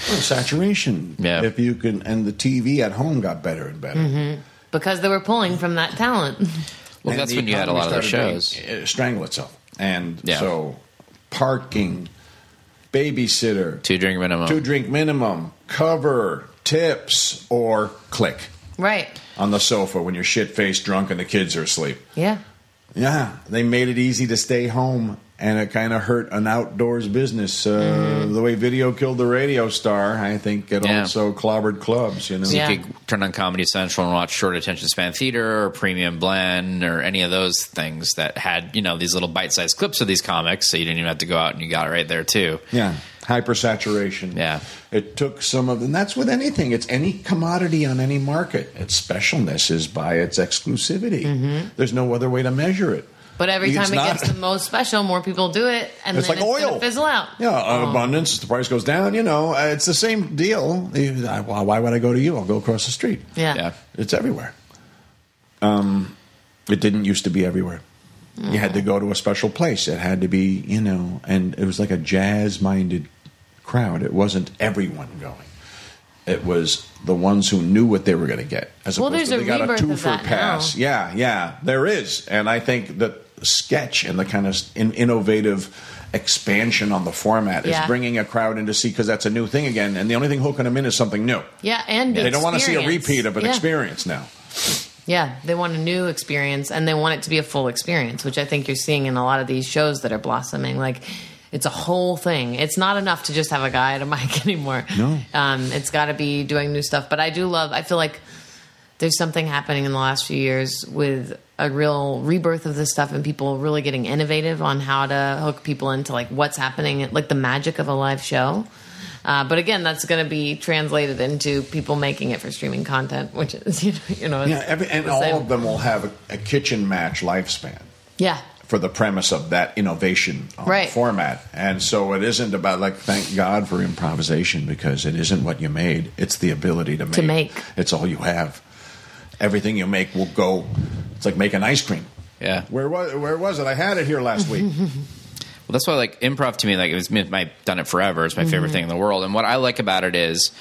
Saturation.
Yeah.
If you can, and the TV at home got better and better.
Because they were pulling from that talent.
Well,
And
that's
the
when you had a
economy
lot of the
started
shows.
being- it strangle itself. And
Yeah.
so, parking, babysitter,
Two drink minimum.
two drink minimum, cover, tips, or click
Right.
on the sofa when you're shit faced drunk and the kids are asleep.
Yeah.
Yeah, they made it easy to stay home, and it kind of hurt an outdoors business. Uh, The way video killed the radio star, I think it
Mm-hmm. Yeah.
also clobbered clubs. You know,
Yeah.
You could turn on Comedy Central and watch Short Attention Span Theater or Premium Blend or any of those things that had, you know, these little bite sized clips of these comics. So you didn't even have to go out and you got it right there, too.
Yeah. hypersaturation.
Yeah.
It took some of, and that's with anything. It's any commodity on any market. Its specialness is by its exclusivity. There's no other way to measure it.
But every
It's
time it
not-
gets the most special, more people do it, and
It's
then
like
it's
oil.
gonna fizzle out.
Yeah,
Oh.
abundance. The price goes down. You know, uh, it's the same deal. You- I- Why why would I go to you? I'll go across the street.
Yeah.
Yeah.
It's everywhere. Um, it didn't used to be everywhere. You had to go to a special place. It had to be, you know, and it was like a jazz minded crowd. It wasn't everyone going. It was the ones who knew what they were going to get. As
Well,
opposed
there's
to
a
they got a
rebirth of
twofer
that
pass.
now.
Yeah, yeah, there is, and I think that sketch and the kind of in- innovative expansion on the format is
Yeah.
bringing a crowd in to see because that's a new thing again. And the only thing hooking them in is something new.
Yeah, and
They don't want to see a
experience.
repeat of an
Yeah.
experience now.
Yeah, they want a new experience and they want it to be a full experience, which I think you're seeing in a lot of these shows that are blossoming. Like, it's a whole thing. It's not enough to just have a guy at a mic anymore.
No.
Um, it's got to be doing new stuff. But I do love, I feel like there's something happening in the last few years with a real rebirth of this stuff and people really getting innovative on how to hook people into like what's happening, like the magic of a live show. Uh, but again, that's going to be translated into people making it for streaming content, which is you know, you know
Yeah, every, and
the
all
same.
of them will have a, a kitchen match lifespan
Yeah,
for the premise of that innovation on the
Right.
format. And so it isn't about like thank God for improvisation because it isn't what you made; it's the ability to make.
To make.
It's all you have. Everything you make will go. It's like making ice cream.
Yeah.
Where was where was it? I had it here last week.
Mm-hmm.
Well, that's why like improv to me, like it's been- I've done it forever. It's my favorite
Mm-hmm.
thing in the world. And what I like about it is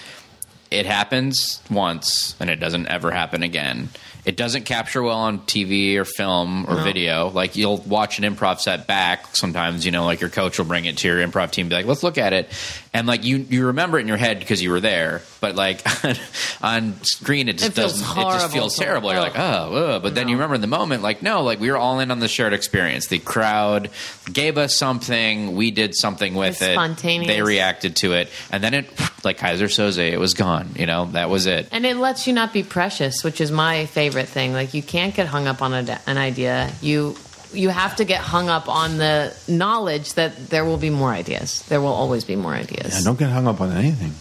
it happens once and it doesn't ever happen again. It doesn't capture well on TV or film or video. Like you'll watch an improv set back sometimes, you know, like your coach will bring it to your improv team, be like, let's look at it. And like you, you remember it in your head because you were there, but like on screen, it just
It feels
doesn't, it
horrible
just feels
to-
terrible. You're like,
ugh.
oh, oh, ugh. but then you remember in the moment, like, no, like we were all in on the shared experience. The crowd gave us something, we did something with
It's
it,
spontaneous.
They reacted to it, and then it, like Kaiser Soze, it was gone. You know, that was it.
and it lets you not be precious, which is my favorite thing. Like you can't get hung up on a, an idea. You you have to get hung up on the knowledge that there will be more ideas. There will always be more ideas.
Yeah, don't get hung up on anything.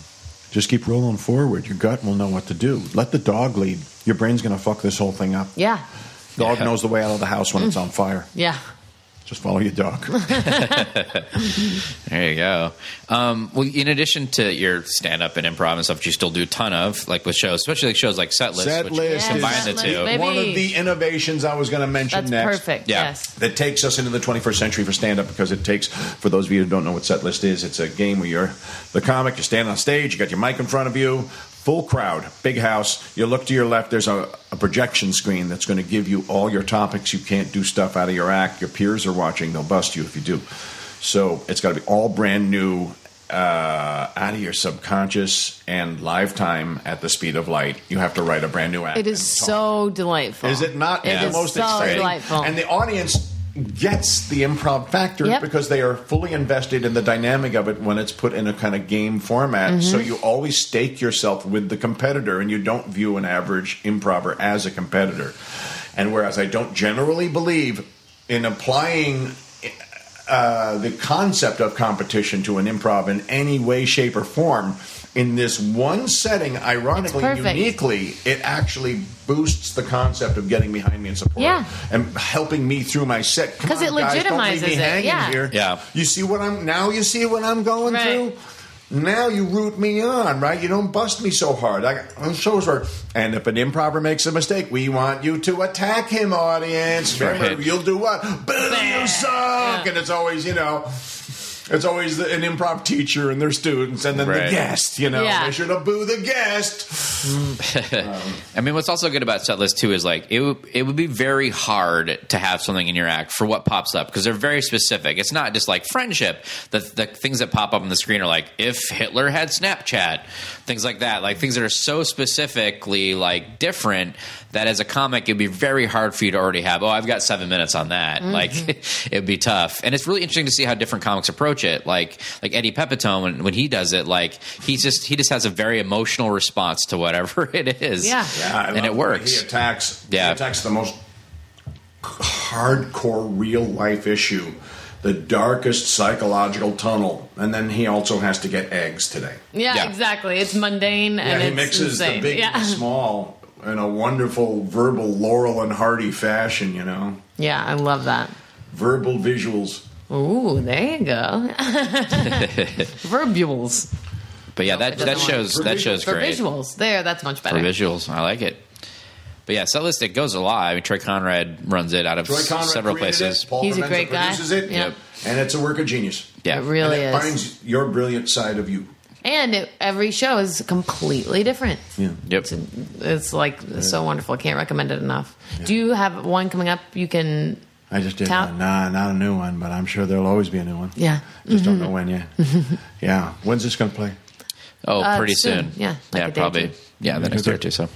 Just keep rolling forward. Your gut will know what to do. Let the dog lead. Your brain's going to fuck this whole thing up.
yeah,
Dog
Yeah.
knows the way out of the house when it's on fire.
yeah.
Just follow your dog.
There you go. Um, well, in addition to your stand up and improv and stuff, which you still do a ton of, like with shows, especially like shows like Setlist,
Set
which
list
Yeah,
combine
is
the
Setlist,
two.
baby.
one of the innovations I was going to mention
That's
next.
perfect.
Yeah.
Yes.
That takes us into the 21st century for stand up because it takes, for those of you who don't know what set list is, it's a game where you're the comic, you stand on stage, you got your mic in front of you, full crowd, big house. You look to your left, there's a, a projection screen that's going to give you all your topics. You can't do stuff out of your act. Your peers are watching, they'll bust you if you do. So it's got to be all brand new uh, out of your subconscious and live time at the speed of light. You have to write a brand new act.
It is
and talk.
so delightful.
Is it not
It
the
is
most
so
exciting?
delightful.
And the audience gets the improv factor
Yep.
because they are fully invested in the dynamic of it when it's put in a kind of game
Mm-hmm.
format. So you always stake yourself with the competitor and you don't view an average improver as a competitor. And whereas I don't generally believe in applying uh, the concept of competition to an improv in any way, shape, or form. In this one setting, ironically and
It's perfect.
uniquely, it actually boosts the concept of getting behind me and support
Yeah.
and helping me through my set. Come
'Cause
on,
it
guys, don't leave me
legitimizes it,
hanging
yeah.
here.
Yeah.
You see what I'm now you see what I'm going
Right.
through? Now you root me on, right? You don't bust me so hard. I on shows where and if an improver makes a mistake, we want you to attack him, audience. Remember,
Right.
you'll do what? Boom, you suck. And it's always, you know, it's always the, an improv teacher and their students and then
Right.
the guest, you know.
Yeah.
They should have booed the guest.
I mean, what's also good about Setlist too is like it would it would be very hard to have something in your act for what pops up because they're very specific. It's not just like friendship. The the things that pop up on the screen are like if Hitler had Snapchat, things like that. Like things that are so specifically like different that as a comic it'd be very hard for you to already have. Oh, I've got seven minutes on that. Like it'd be tough. And it's really interesting to see how different comics approach it. Like like Eddie Pepitone when, when he does it, like he's just he just has a very emotional response to whatever it is
Yeah.
I love
and
the
it
way
works.
He attacks.
Yeah.
He attacks the most hardcore real life issue
the darkest psychological tunnel. And then he also has to get eggs today.
Yeah,
Yeah.
exactly. It's mundane
Yeah,
and
he
it's
mixes
insane.
the big
yeah.
and the small in a wonderful verbal Laurel and Hardy fashion, you know.
yeah, I love that.
Verbal visuals.
Ooh, there you go. Verbules.
But yeah, that
doesn't
that
want-
shows that shows
For
great
visuals. There, that's much
for
better.
visuals. I like it. But yeah, set list it goes a lot. I mean, Troy Conrad runs it out of
Troy Conrad
several
created
places.
It. Paul
He's a
Vermenza
great guy.
Produces it.
Yeah.
Yep.
And it's a work of genius.
Yeah,
It really
and it
is.
finds your brilliant side of you.
and it, every show is completely different.
Yep.
It's, it's like so wonderful. Can't recommend it enough. Do you have one coming up? You can.
I just did
Tell-
one. Nah, not a new one, but I'm sure there'll always be a new one.
Yeah.
Just don't know when yet. yeah. When's this going to play?
Oh,
Uh,
pretty
soon.
soon.
Yeah, like a
yeah,
day or
probably.
two.
Yeah, the next day or two. So,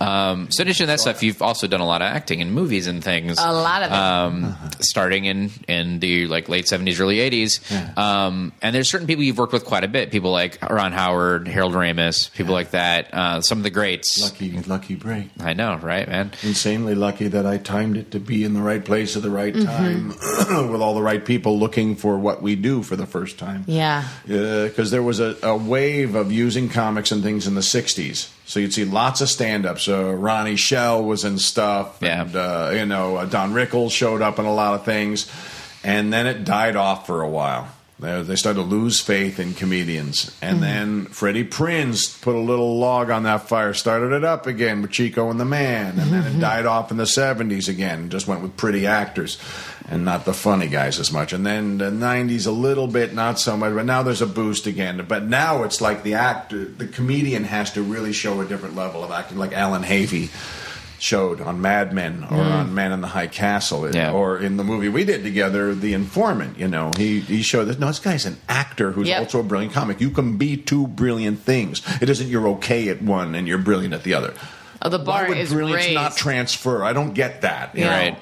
um, so in addition to that stuff, you've also done a lot of acting in movies and things.
A lot of it.
um, starting in in the like late seventies, early eighties. Um, and there's certain people you've worked with quite a bit. People like Ron Howard, Harold Ramis, people like that. Uh, some of the greats.
Lucky, lucky break.
I know, right, man?
Insanely lucky that I timed it to be in the right place at the right time with all the right people looking for what we do for the first time.
yeah.
because there was a, a wave of using comics and things in the 60s. So you'd see lots of stand ups. So Ronnie Shell was in stuff.
Yeah.
And, uh, you know, uh, Don Rickles showed up in a lot of things. And then it died off for a while. They they started to lose faith in comedians. And then Freddie Prinz put a little log on that fire, started it up again with Chico and the Man. And then it died off in the 70s again, just went with pretty actors and not the funny guys as much. And then the '90s a little bit, not so much. But now there's a boost again. But now it's like the actor, the comedian has to really show a different level of acting, like Alan Havey showed on Mad Men or on Man in the High Castle, It-
Mm. Yeah.
or in the movie we did together, The Informant. You know, he he showed that no, this guy's an actor who's
Yep.
also a brilliant comic. You can be two brilliant things. It isn't you're okay at one and you're brilliant at the other.
Oh, the bar
Why would
is
brilliance
raised.
not transfer? I don't get that. you
Yeah.
know?
Right.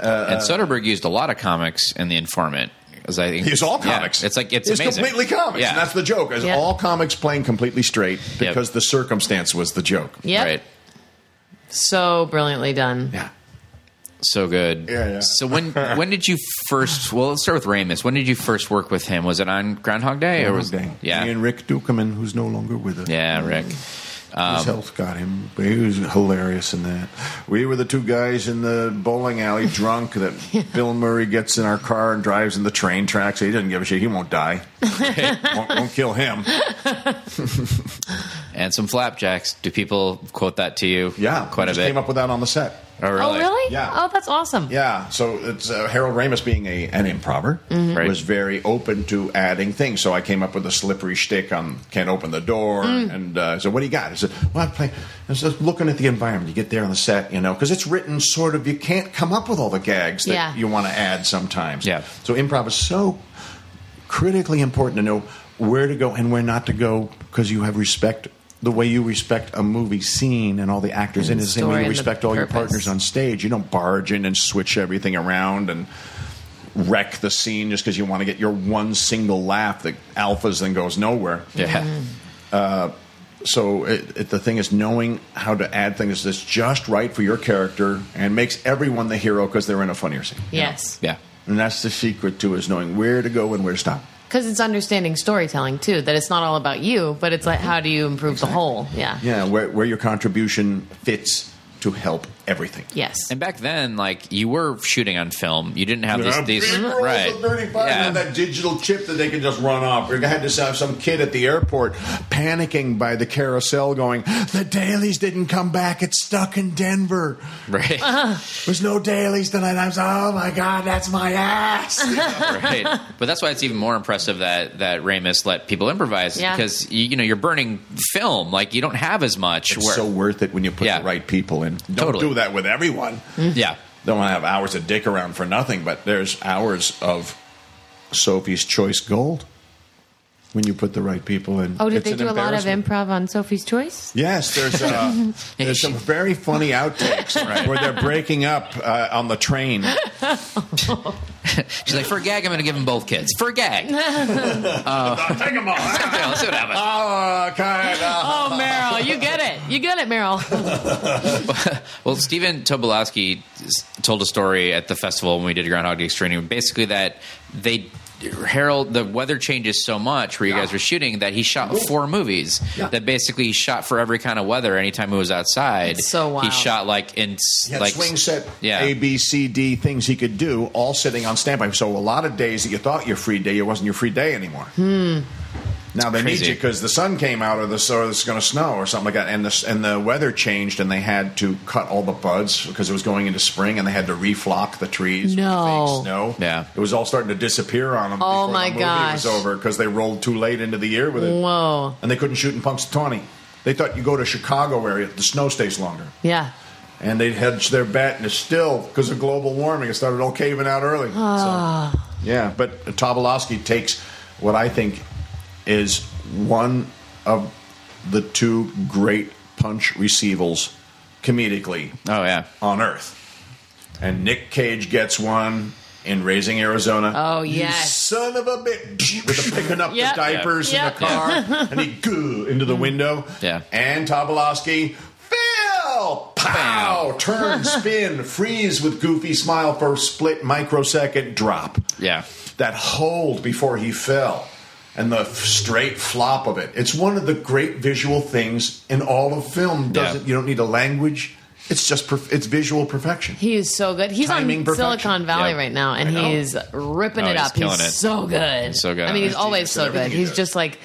uh,
and Soderbergh used a lot of comics in The Informant. 'cause I think
It's all
yeah,
comics.
it's like it's, amazing.
completely comics,
Yeah,
and that's the joke. It's
Yeah.
all comics playing completely straight because the circumstance was the joke.
Yep.
right.
So brilliantly done.
Yeah.
So good.
Yeah, yeah.
So when when did you first? Well, let's start with Ramus. When did you first work with him? Was it on Groundhog Day or was
Oh, Dang.
yeah
Me and Rick Dukeman, who's no longer with us.
yeah Rick? Um,
His health got him. But he was hilarious in that. We were the two guys in the bowling alley drunk that Bill Murray gets in our car and drives in the train tracks. He doesn't give a shit. He won't die. won't, won't kill him.
And some flapjacks. Do people quote that to you?
Yeah. we
quite a
just
bit.
Came up with that on the set.
oh really?
Oh, really?
Yeah.
Oh, that's awesome.
Yeah, so it's uh, Harold Ramis being a an improver
Right.
Mm-hmm.
was very open to adding things. So I came up with a slippery shtick on can't open the door,
Mm.
and uh, so what do you got? I said, well, I'm playing. I was just looking at the environment. You get there on the set, you know, because it's written sort of. You can't come up with all the gags that
Yeah.
you want to add sometimes.
Yeah.
So improv is so critically important to know where to go and where not to go because you have respect the way you respect a movie scene and all the actors in it
the
is the same way
story
you
and the
respect all your
purpose.
partners on stage you don't barge in and switch everything around and wreck the scene just because you want to get your one single laugh that alphas then goes nowhere
Yeah.
Hmm.
so it, it, the thing is knowing how to add things that's just right for your character and makes everyone the hero because they're in a funnier scene
Yes.
Yeah.
and that's the secret too is knowing where to go and where to stop
Because it's understanding storytelling too. That it's not all about you, but it's like how do you improve the whole? Yeah.
Mm-hmm. Yeah, where, where your contribution fits to help everything.
Yes.
And back then, like you were shooting on film, you didn't have these, these
Big rolls
right?
of 35
yeah.
on that digital chip that they could just run off. We had to have some kid at the airport panicking by the carousel going, The dailies didn't come back. It's stuck in Denver.
right,
Uh-huh.
There's no dailies tonight. I was, oh my God, that's my ass.
right. But that's why it's even more impressive that that Ramus let people improvise
Yeah.
because you, you know you're burning film, like you don't have as much.
it's
where-
so worth it when you put
Yeah.
the right people in. Don't
Totally.
do that with everyone.
Mm-hmm.
yeah,
don't want to have hours of dick around for nothing, but there's hours of Sophie's Choice gold when you put the right people in.
Oh, did
It's
they
an
do a lot of
embarrassment.
improv on Sophie's Choice?
Yes, there's uh, there's some very funny outtakes where they're breaking up uh, on the train.
she's like, for a gag, I'm going to give them both kids for a gag.
Take them all.
Yeah, let's see what happens.
Oh, kind of.
Oh, Meryl, Meryl, you get it. You get it, Meryl.
Well, Stephen Tobolowsky s- told a story at the festival when we did Groundhog Day screening. Basically, that they Harold the weather changes so much where you guys were shooting that he shot four movies that basically he shot for every kind of weather anytime he was outside.
It's so
he
wild.
shot like in s-
Yeah,
like
swing set
Yeah.
A, B, C, D things he could do, all sitting on standby. So a lot of days that you thought your free day, it wasn't your free day anymore.
Hmm.
Now they
Crazy.
need you because the sun came out, or the or it's going to snow, or something like that. And the and the weather changed, and they had to cut all the buds because it was going into spring, and they had to reflock the trees. with
No.
fake snow.
Yeah.
it was all starting to disappear on them.
Oh
before
my
the movie was
gosh.
over because they rolled too late into the year with it,
Whoa.
and they couldn't shoot in Punxsutawney. They thought you go to Chicago area, the snow stays longer
Yeah.
and they'd hedge their bet, and it's still because of global warming, it started all caving out early. So, yeah, but Tobolowsky takes what I think is one of the two great punch receivals comedically
oh yeah.
on earth, and Nick Cage gets one. In Raising Arizona.
Oh,
You
yes.
son of a bitch. With the picking up
Yep.
the diapers
Yep.
in the car. and he goo into the window.
Yeah.
And Tobolowski, Phil! Pow! Turn, spin, freeze with goofy smile for split microsecond drop.
Yeah.
That hold before he fell. And the f- straight flop of it. It's one of the great visual things in all of film. Doesn't
Yeah.
you don't need a language. It's just perf- it's visual perfection.
He is so good. He's
Timing
on
perfection.
Silicon Valley
Yeah.
right now, and
I know.
he's ripping
Oh,
it
he's
up. He's
killing it.
so good.
so good.
I mean, he's always
Jesus,
so
everything
good.
he
He's
does.
just like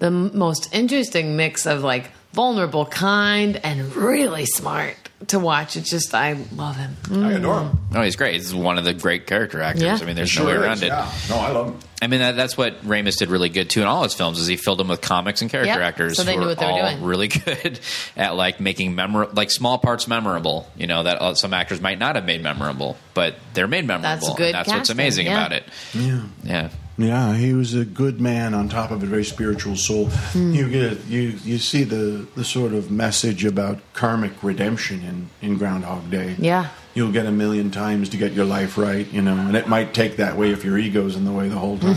the m- most interesting mix of like vulnerable, kind, and really smart to watch. It's just I love him. Mm.
I adore him.
Oh, he's great. He's one of the great character actors.
Yeah.
I mean, there's
Sure
no way
is,
around it.
yeah. No, I love him.
I mean, that, that's what Ramis did really good too in all his films is he filled them with comics and character
Yep.
actors
So they
who
knew
are
what they were
all
doing.
really good at like making memorable, like small parts memorable. You know that uh, some actors might not have made memorable, but they're made memorable.
good
and that's what's
casting,
amazing
yeah.
about it. Yeah, yeah.
Yeah, he was a good man on top of it, very spiritual soul.
Hmm.
You get you you see the the sort of message about karmic redemption in in Groundhog Day.
Yeah.
You'll get a million times to get your life right, you know, and it might take that way if your ego's in the way the whole time.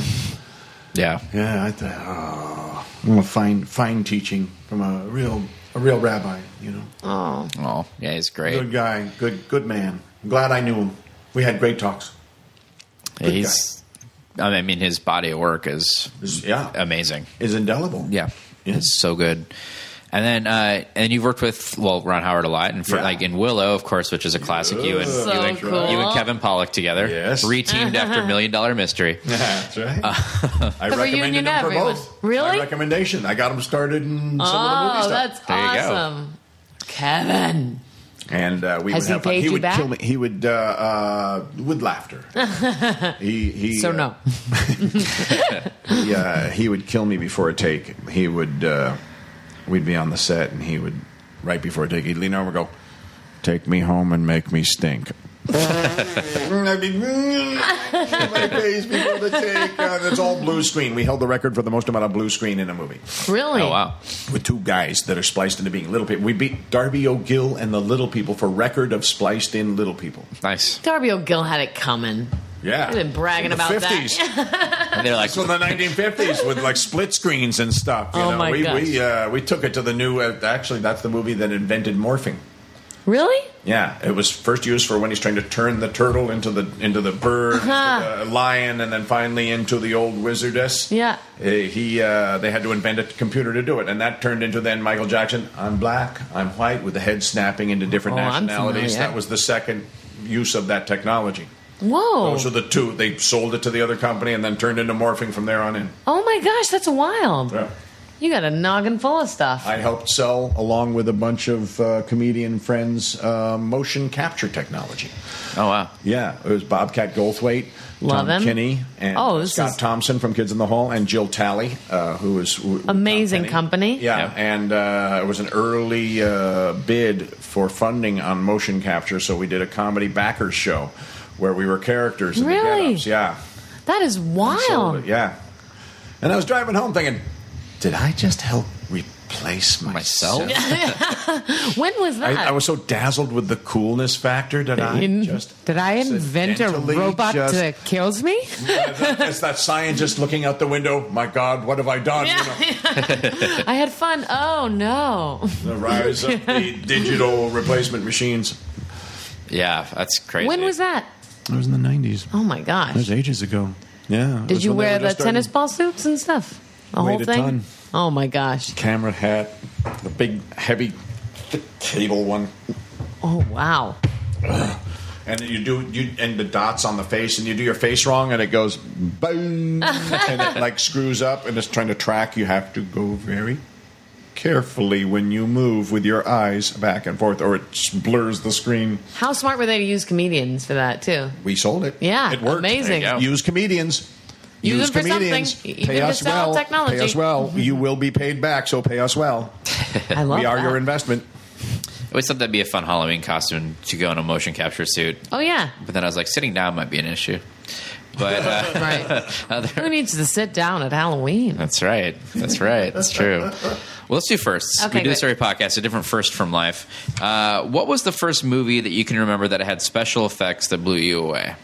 yeah.
yeah, I th- oh, well, fine fine teaching from a real a real rabbi, you know.
Oh,
Oh, yeah, he's great.
Good guy, good good man. I'm glad I knew him. We had great talks.
Yeah, he's. I mean, his body of work is
Mm-hmm. Yeah.
amazing.
Is indelible.
Yeah,
Yeah.
it's so good. And then, uh, and you've worked with well Ron Howard a lot, and for,
Yeah.
like in Willow, of course, which is a classic. You and
So
you, and,
cool.
you and Kevin Pollock together,
Yes.
reteamed after Million Dollar Mystery.
That's right. Uh, I
The
recommended
reunion
them for
everyone.
both.
Really?
My recommendation. I got them started in some of the movie
oh,
stuff.
that's
There you go.
awesome, Kevin.
and uh, we
Has
would
he
have fun.
paid
he
you
would
back?
kill me. He would uh, uh, with laughter. he he.
So
uh,
no,
he, uh, he would kill me before a take. He would. Uh, we'd be on the set, and he would right before a take. He'd lean over and go, "Take me home and make me stink." I'd be "Mm, my face before the take. Uh, it's all blue screen. We held the record for the most amount of blue screen in a movie.
really?
Oh wow,
with two guys that are spliced into being little people. We beat Darby O'Gill and the Little People for record of spliced in little people.
nice.
Darby O'Gill had it coming.
Yeah,
I've been bragging
In the
about that.
50s. that.
And they're like,
So in the 1950s with like split screens and stuff. You
Oh
know,
my
we
gosh.
we uh, we took it to the new. Uh, actually, that's the movie that invented morphing.
Really?
Yeah, it was first used for when he's trying to turn the turtle into the into the bird,
Uh-huh.
the lion, and then finally into the old wizardess.
Yeah.
Uh, he uh, they had to invent a computer to do it, and that turned into then Michael Jackson. I'm black, I'm white, with the head snapping into different
Oh, I'm
nationalities.
familiar.
That was the second use of that technology.
Whoa!
Those are the two. They sold it to the other company and then turned into morphing from there on in.
oh my gosh, that's wild.
Yeah.
You got a noggin full of stuff.
I helped sell, along with a bunch of uh, comedian friends, uh, motion capture technology.
oh wow,
Yeah, it was Bobcat Goldthwait,
Love
Tom
him.
Kinney, and
Oh, this
Scott
is-
Thompson from Kids in the Hall, and Jill Talley, uh, who was who- who-
Amazing
Tom Kenny.
company.
Yeah,
Yeah.
and uh, it was an early uh, bid for funding on motion capture, so we did a comedy backers show where we were characters. In
Really?
The get-ups. yeah.
That is
Sold
wild.
it, yeah. And I was driving home thinking, did I just help replace replace myself.
myself.
When was that?
I, I was so dazzled with the coolness factor that I
In-
just
did I invent a
accidentally
robot
just-
that kills me?
It's that- it's that scientist looking out the window. My God, what have I done? You know,
I had fun. Oh no!
the rise of the digital replacement machines.
Yeah, that's crazy.
When was that?
It was in the nineties.
Oh my gosh!
ages ago. Yeah.
Did you wear the tennis ball suits and stuff? The
Weighed
whole
a
thing.
ton.
Oh my gosh!
camera hat? The big, heavy, thick cable one.
Oh wow!
And you do you and the dots on the face, and you do your face wrong, and it goes boom, and it like screws up, and it's trying to track. You have to go very carefully when you move with your eyes back and forth, or it blurs the screen.
How smart were they to use comedians for that too?
We sold it.
Yeah,
it worked.
amazing.
There you go.
Use comedians.
Use
Use
them for
comedians.
something, even
pay
to
us
sell
well.
technology.
Pay us well. You will be paid back, so pay us well.
I love.
we are
that.
your investment.
I always thought that'd be a fun Halloween costume to go in a motion capture suit,
Oh yeah,
but then I was like, sitting down might be an issue. But uh,
right. Who
other,
needs to sit down at Halloween?
that's right. That's right. That's true. Well, let's do firsts.
Okay,
we do this
great.
every podcast, a different first from life. Uh, what was the first movie that you can remember that had special effects that blew you away?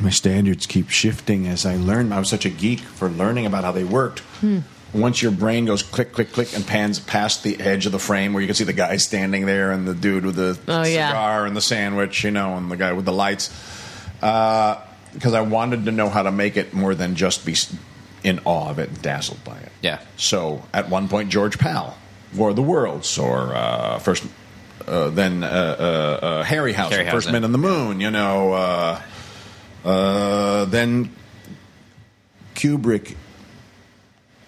my standards keep shifting as I learn. I was such a geek for learning about how they worked.
Hmm.
Once your brain goes click, click, click, and pans past the edge of the frame where you can see the guy standing there and the dude with the
Oh, yeah.
cigar and the sandwich, you know, and the guy with the lights. Because I wanted to know how to make it more than just be s- in awe of it and dazzled by it.
Yeah.
So at one point, George Powell for the Worlds, or uh, first, uh, then uh, uh, uh, Harryhausen,
Harryhausen.
first Men in the Moon, you know, uh, uh, then Kubrick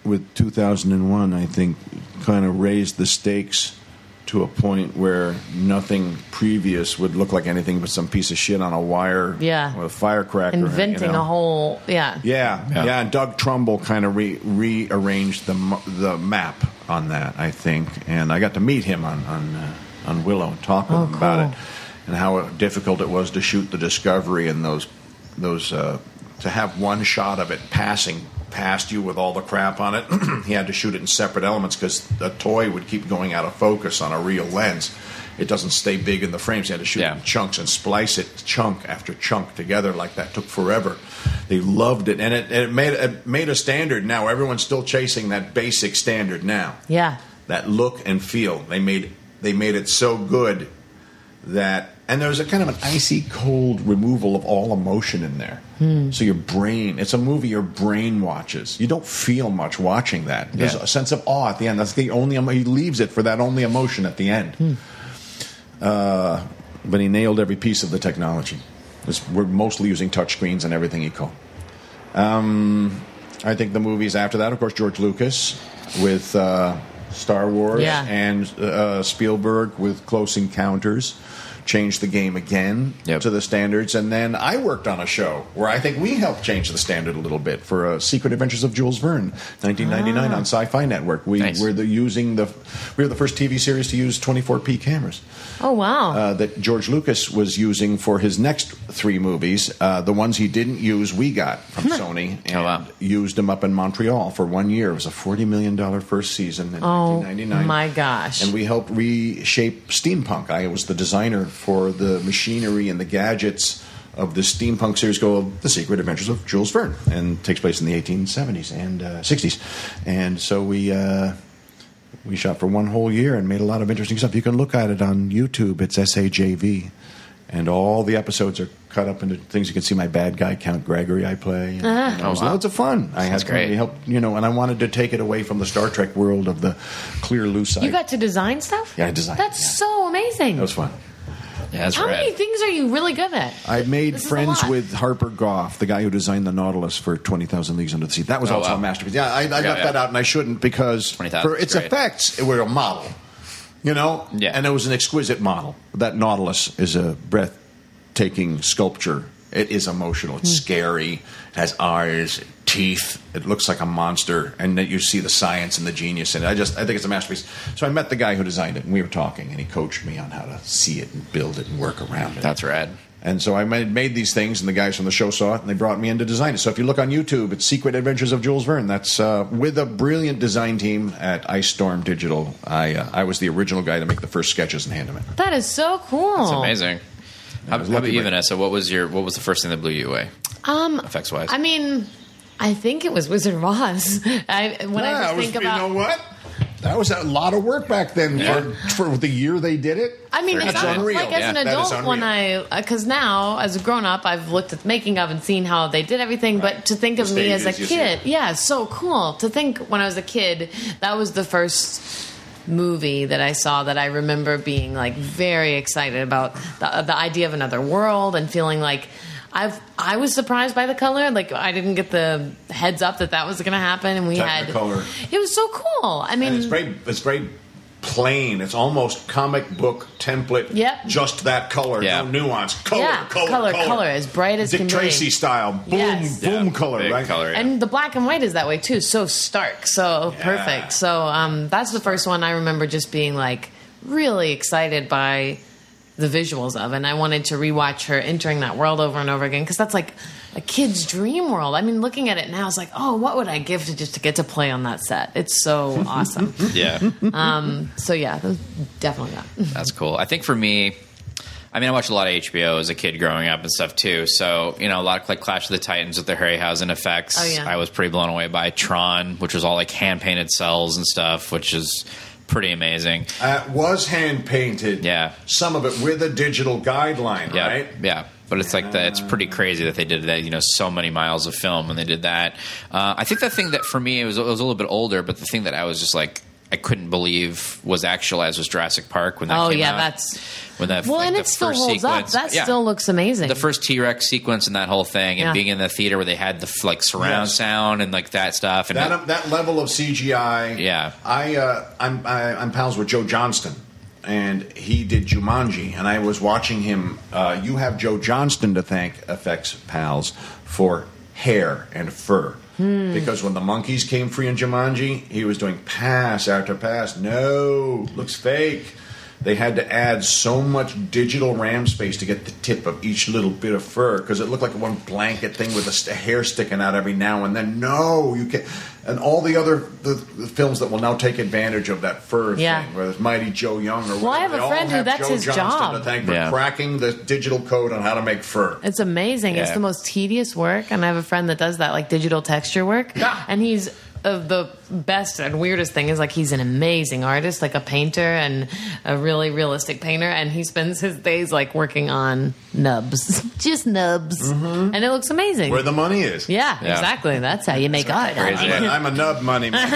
with 2001, I think, kind of raised the stakes to a point where nothing previous would look like anything but some piece of shit on a wire
Yeah.
with a firecracker. in it, you
Inventing
know?
a whole yeah.
Yeah, yeah, and Doug Trumbull kind of re- rearranged the m- the map on that, I think, and I got to meet him on on uh, on Willow and talk with
Oh,
him about
cool.
it and how difficult it was to shoot the Discovery and those those uh, to have one shot of it passing past you with all the crap on it. he had to shoot it in separate elements because the toy would keep going out of focus on a real lens. It doesn't stay big in the frames. He had to shoot
Yeah.
it in chunks and splice it chunk after chunk together like that took forever. They loved it, and it, it made it made a standard. Now everyone's still chasing that basic standard. Now,
Yeah.
that look and feel they made they made it so good that and there's a kind of an icy cold removal of all emotion in there. So your brain, it's a movie your brain watches. You don't feel much watching that. There's
Yeah.
a sense of awe at the end. That's the only emo- he leaves it for that only emotion at the end. Uh, but he nailed every piece of the technology. It's, we're mostly using touchscreens and everything he called. I think the movies after that, of course, George Lucas with uh, Star Wars
Yeah.
and uh, Spielberg with Close Encounters changed the game again
Yep.
to the standards. And then I worked on a show where I think we helped change the standard a little bit for uh, Secret Adventures of Jules Verne, 1999 on Sci-Fi Network. We
Ah. Nice.
were the using the we were the first TV series to use 24p cameras
Oh wow.
uh, that George Lucas was using for his next three movies. Uh, the ones he didn't use, we got from Sony and
Oh, wow.
used them up in Montreal for one year. It was a $40 million first season in
oh
1999.
my gosh.
And we helped reshape steampunk. I was the designer for the machinery and the gadgets of the steampunk series called The Secret Adventures of Jules Verne, and takes place in the 1870s and uh, 60s. And so we uh, we shot for one whole year and made a lot of interesting stuff. You can look at it on YouTube. It's SAJV. And all the episodes are cut up into things. You can see my bad guy, Count Gregory, I play. And,
Uh-huh.
you know, it was loads of fun. I had
great.
to help, you know, and I wanted to take it away from the Star Trek world of the clear, loose
you got to design stuff.
Yeah, I designed,
That's
yeah.
so amazing.
that was Uh, fun.
Yeah, that's
How
rad.
many things are you really good at?
I made
This is a
friends
lot.
with Harper Goff, the guy who designed the Nautilus for Twenty Thousand Leagues Under the Sea. That was
Oh,
also
wow.
a masterpiece. Yeah, I, I left
yeah.
that out, and I shouldn't because
20,000
for
is
its
great.
effects, it were a model, you know.
Yeah.
and it was an exquisite model. That Nautilus is a breathtaking sculpture. It is emotional. It's
Hmm.
scary. It has eyes, teeth. It looks like a monster, and then you see the science and the genius in it. I just, I think it's a masterpiece. So I met the guy who designed it, and we were talking, and he coached me on how to see it and build it and work around it.
That's rad.
And so I made, made these things, and the guys from the show saw it, and they brought me in to design it. So if you look on YouTube, it's Secret Adventures of Jules Verne. That's uh, with a brilliant design team at Ice Storm Digital. I uh, I was the original guy to make the first sketches and hand them in.
That is so cool.
It's amazing. How, how
was
about
lucky,
you,
but-
Vanessa? What was your what was the first thing that blew you away?
Um,
Effects wise,
I mean, I think it was Wizard of Oz. I, when I
Yeah, it
just
Ah, was-
think
you
about,
know what? That was a lot of work back then for, for the year they did it.
I mean, it's
That's
un-
unreal.
like as
Yeah,
an
that is
adult, when I
unreal.
because now as a grown up, I've looked at the making of and seen how they did everything. But to think of me as a
stages, you see
kid, yeah, it's so cool. To think when I was a kid, that was the first movie that I saw that I remember being like very excited about the, the idea of another world and feeling like. I've, I was surprised by the color. Like I didn't get the heads up that that was going to happen, and we had
Technicolor.
It was so cool. I mean,
And it's very it's very plain. It's almost comic book template.
Yep.
Just that color,
Yeah.
no nuance. Color,
Yeah,
color,
color,
color,
color, as bright as
Dick
can be.
Tracy style. Boom,
Yes.
boom, color,
Big
right?
color, yeah.
And the black and white is that way too, so stark, so
Yeah.
perfect. So um, that's the first one I remember just being like really excited by the visuals of, and I wanted to rewatch her entering that world over and over again because that's like a kid's dream world. I mean, looking at it now, it's like, oh, what would I give to just to get to play on that set? It's so awesome. Um,
yeah.
so yeah, that was definitely that.
That's cool. I think for me, I mean, I watched a lot of HBO as a kid growing up and stuff too. So you know, a lot of like Clash of the Titans with the Harryhausen effects.
Oh, yeah.
I was pretty blown away by Tron, which was all like hand painted cells and stuff, which is pretty amazing.
Uh, was hand painted.
Yeah.
Some of it with a digital guideline,
Yeah,
right?
yeah. But it's like that. It's pretty crazy that they did that. You know, so many miles of film when they did that. Uh, I think the thing that for me it was, it was a little bit older, but the thing that I was just like. I couldn't believe was actualized was Jurassic Park when that
Oh
came
yeah,
out.
that's
when that
well,
like,
and
the
it still
first
holds up.
sequence-
That
Yeah.
still looks amazing.
the first T Rex sequence and that whole thing, and
Yeah.
being in the theater where they had the like surround
Yes.
sound and like that stuff, and
That that level of CGI.
Yeah.
I uh, I'm I, I'm pals with Joe Johnston, and he did Jumanji, and I was watching him. Uh, you have Joe Johnston to thank, effects pals, for hair and fur.
Hmm.
Because when the monkeys came free in Jumanji, he was doing pass after pass. No, looks fake. They had to add so much digital RAM space to get the tip of each little bit of fur because it looked like one blanket thing with a st- hair sticking out every now and then. No, you can't. And all the other the, the films that will now take advantage of that fur
Yeah.
thing, whether it's Mighty Joe Young or
Well, I have
whatever,
a
they all
friend who
have
that's
Joe
his
Johnston
job.
To thank for
Yeah.
cracking the digital code on how to make fur.
It's amazing. It's
Yeah.
the most tedious work, and I have a friend that does that, like digital texture work.
Yeah.
And he's uh, the best and weirdest thing is like he's an amazing artist, like a painter and a really realistic painter, and he spends his days like working on nubs, just nubs, and it looks amazing.
Where the money is.
yeah,
Yeah.
exactly. That's how you make art,
crazy.
I'm a, I'm a nub money man.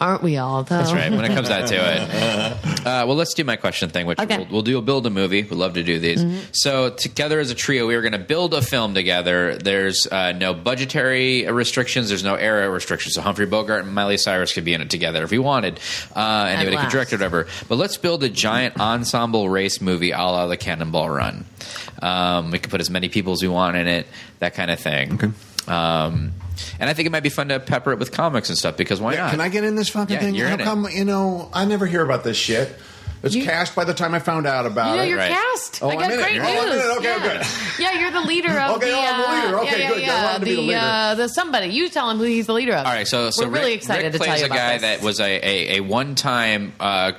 aren't we all? Though
That's right. When it comes down to it. Uh, well, let's do my question thing, which
Okay. Mm-hmm.
we'll, we'll do a build a movie. We love to do these. So, together as a trio, we are going to build a film together. There's uh, no budgetary restrictions, there's no era restrictions. So, Humphrey Bogart and Miley Cyrus could be in it together if we wanted. Uh, anybody could
last.
direct it, whatever. But let's build a giant ensemble race movie a la the Cannonball Run. Um, we could put as many people as we want in it, that kind of thing. Okay. Um, and I think it might be fun to pepper it with comics and stuff because why not?
Can I get in this fucking
Yeah,
thing?
you're
How
in it.
come you know I never hear about this shit? It's
You-
cast by the time I found out
You
about
know,
it.
you're
Right.
cast.
Oh,
I
I'm
got
in it.
great
Oh,
news.
I'm in it. Okay,
yeah.
good.
Yeah, you're the leader of
Okay,
the.
oh, I'm the
uh,
leader. Okay,
yeah, yeah,
good. You're
Yeah.
allowed to be the leader.
Uh, the somebody. You tell him who he's the leader of.
All right, so so
we're really
Rick-
excited
Rick
to tell
plays
you
a
about
guy
this.
that was a a, a one time uh,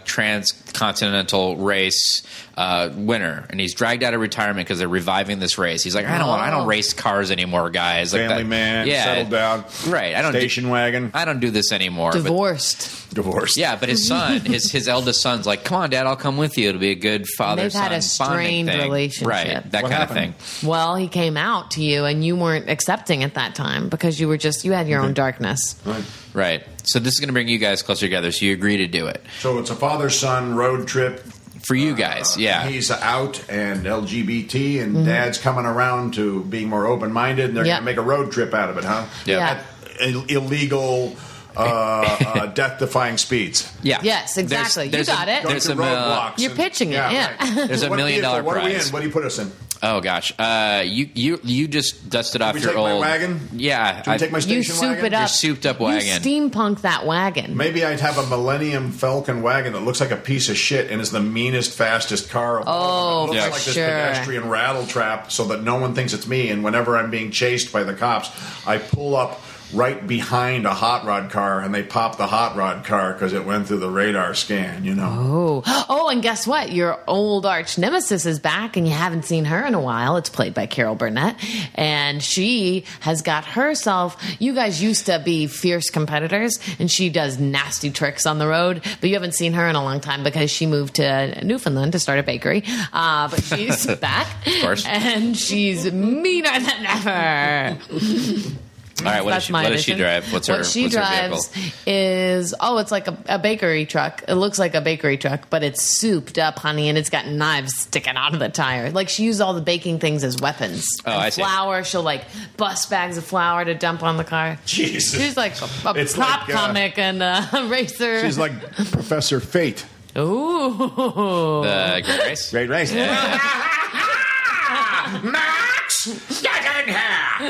transcontinental race uh, winner, and he's dragged out of retirement because they're reviving this race. He's like, I don't want,
Oh.
I don't race cars anymore, guys. Like
Family
that-
man, settled down.
right? I don't
Station
do,
wagon,
I don't do this anymore. but-
divorced.
divorced.
yeah, but his son, his his eldest son's like, "Come on, Dad, I'll come with you. It'll be a good father."
They've had a strained relationship.
right? That
What
kind
happened?
of thing.
Well, he came out to you, and you weren't accepting at that time because you were just you had your own darkness.
Right. So this is going to bring you guys closer together. So you agree to do it
So it's a father son road trip.
for
Uh,
you guys. yeah.
He's out and LGBT, and dad's coming around to being more open minded, and they're
Mm-hmm. Yeah.
going to make a road trip out of it, huh?
Yeah.
Ill- illegal, uh, uh, death defying speeds.
yeah.
Yes,
There's-
exactly. You
there's
got
There's
it.
Going
some
through
uh,
roadblocks
You're
and-
pitching it, yeah.
right.
There's a
What
million
vehicle-
dollar
What are we
prize.
in? What do you put us in?
Oh gosh, uh, you you you just dusted off
we
your
take my
old
wagon?
Yeah,
Do we take my station
You soup
wagon?
it up.
Your souped up wagon.
You steampunk that wagon.
Maybe I'd have a Millennium Falcon wagon that looks like a piece of shit and is the meanest, fastest car. Of all of
Oh,
them. it looks
for
like
sure.
this pedestrian rattle trap, so that no one thinks it's me. And whenever I'm being chased by the cops, I pull up right behind a hot rod car, and they pop the hot rod car because it went through the radar scan. You know,
Oh, oh, and guess what? Your old arch nemesis is back, and you haven't seen her in a while. It's played by Carol Burnett, and she has got herself. You guys used to be fierce competitors, and she does nasty tricks on the road. But you haven't seen her in a long time because she moved to Newfoundland to start a bakery. Uh, but she's back, of
course.
and she's meaner than ever.
All right, what, does
That's
she,
my
what does she
edition.
drive? What's
what
her
she
what's
drives
her vehicle?
is oh, it's like a, a bakery truck. It looks like a bakery truck, but it's souped up, honey, and it's got knives sticking out of the tire. Like she used all the baking things as weapons.
Oh,
And
I see.
Flour. She'll like bust bags of flour to dump on the car.
Jesus.
She's like a, a
It's
prop
like, uh,
comic and a racer.
She's like Professor Fate.
ooh.
The Great Race.
Great race.
Max, get in here.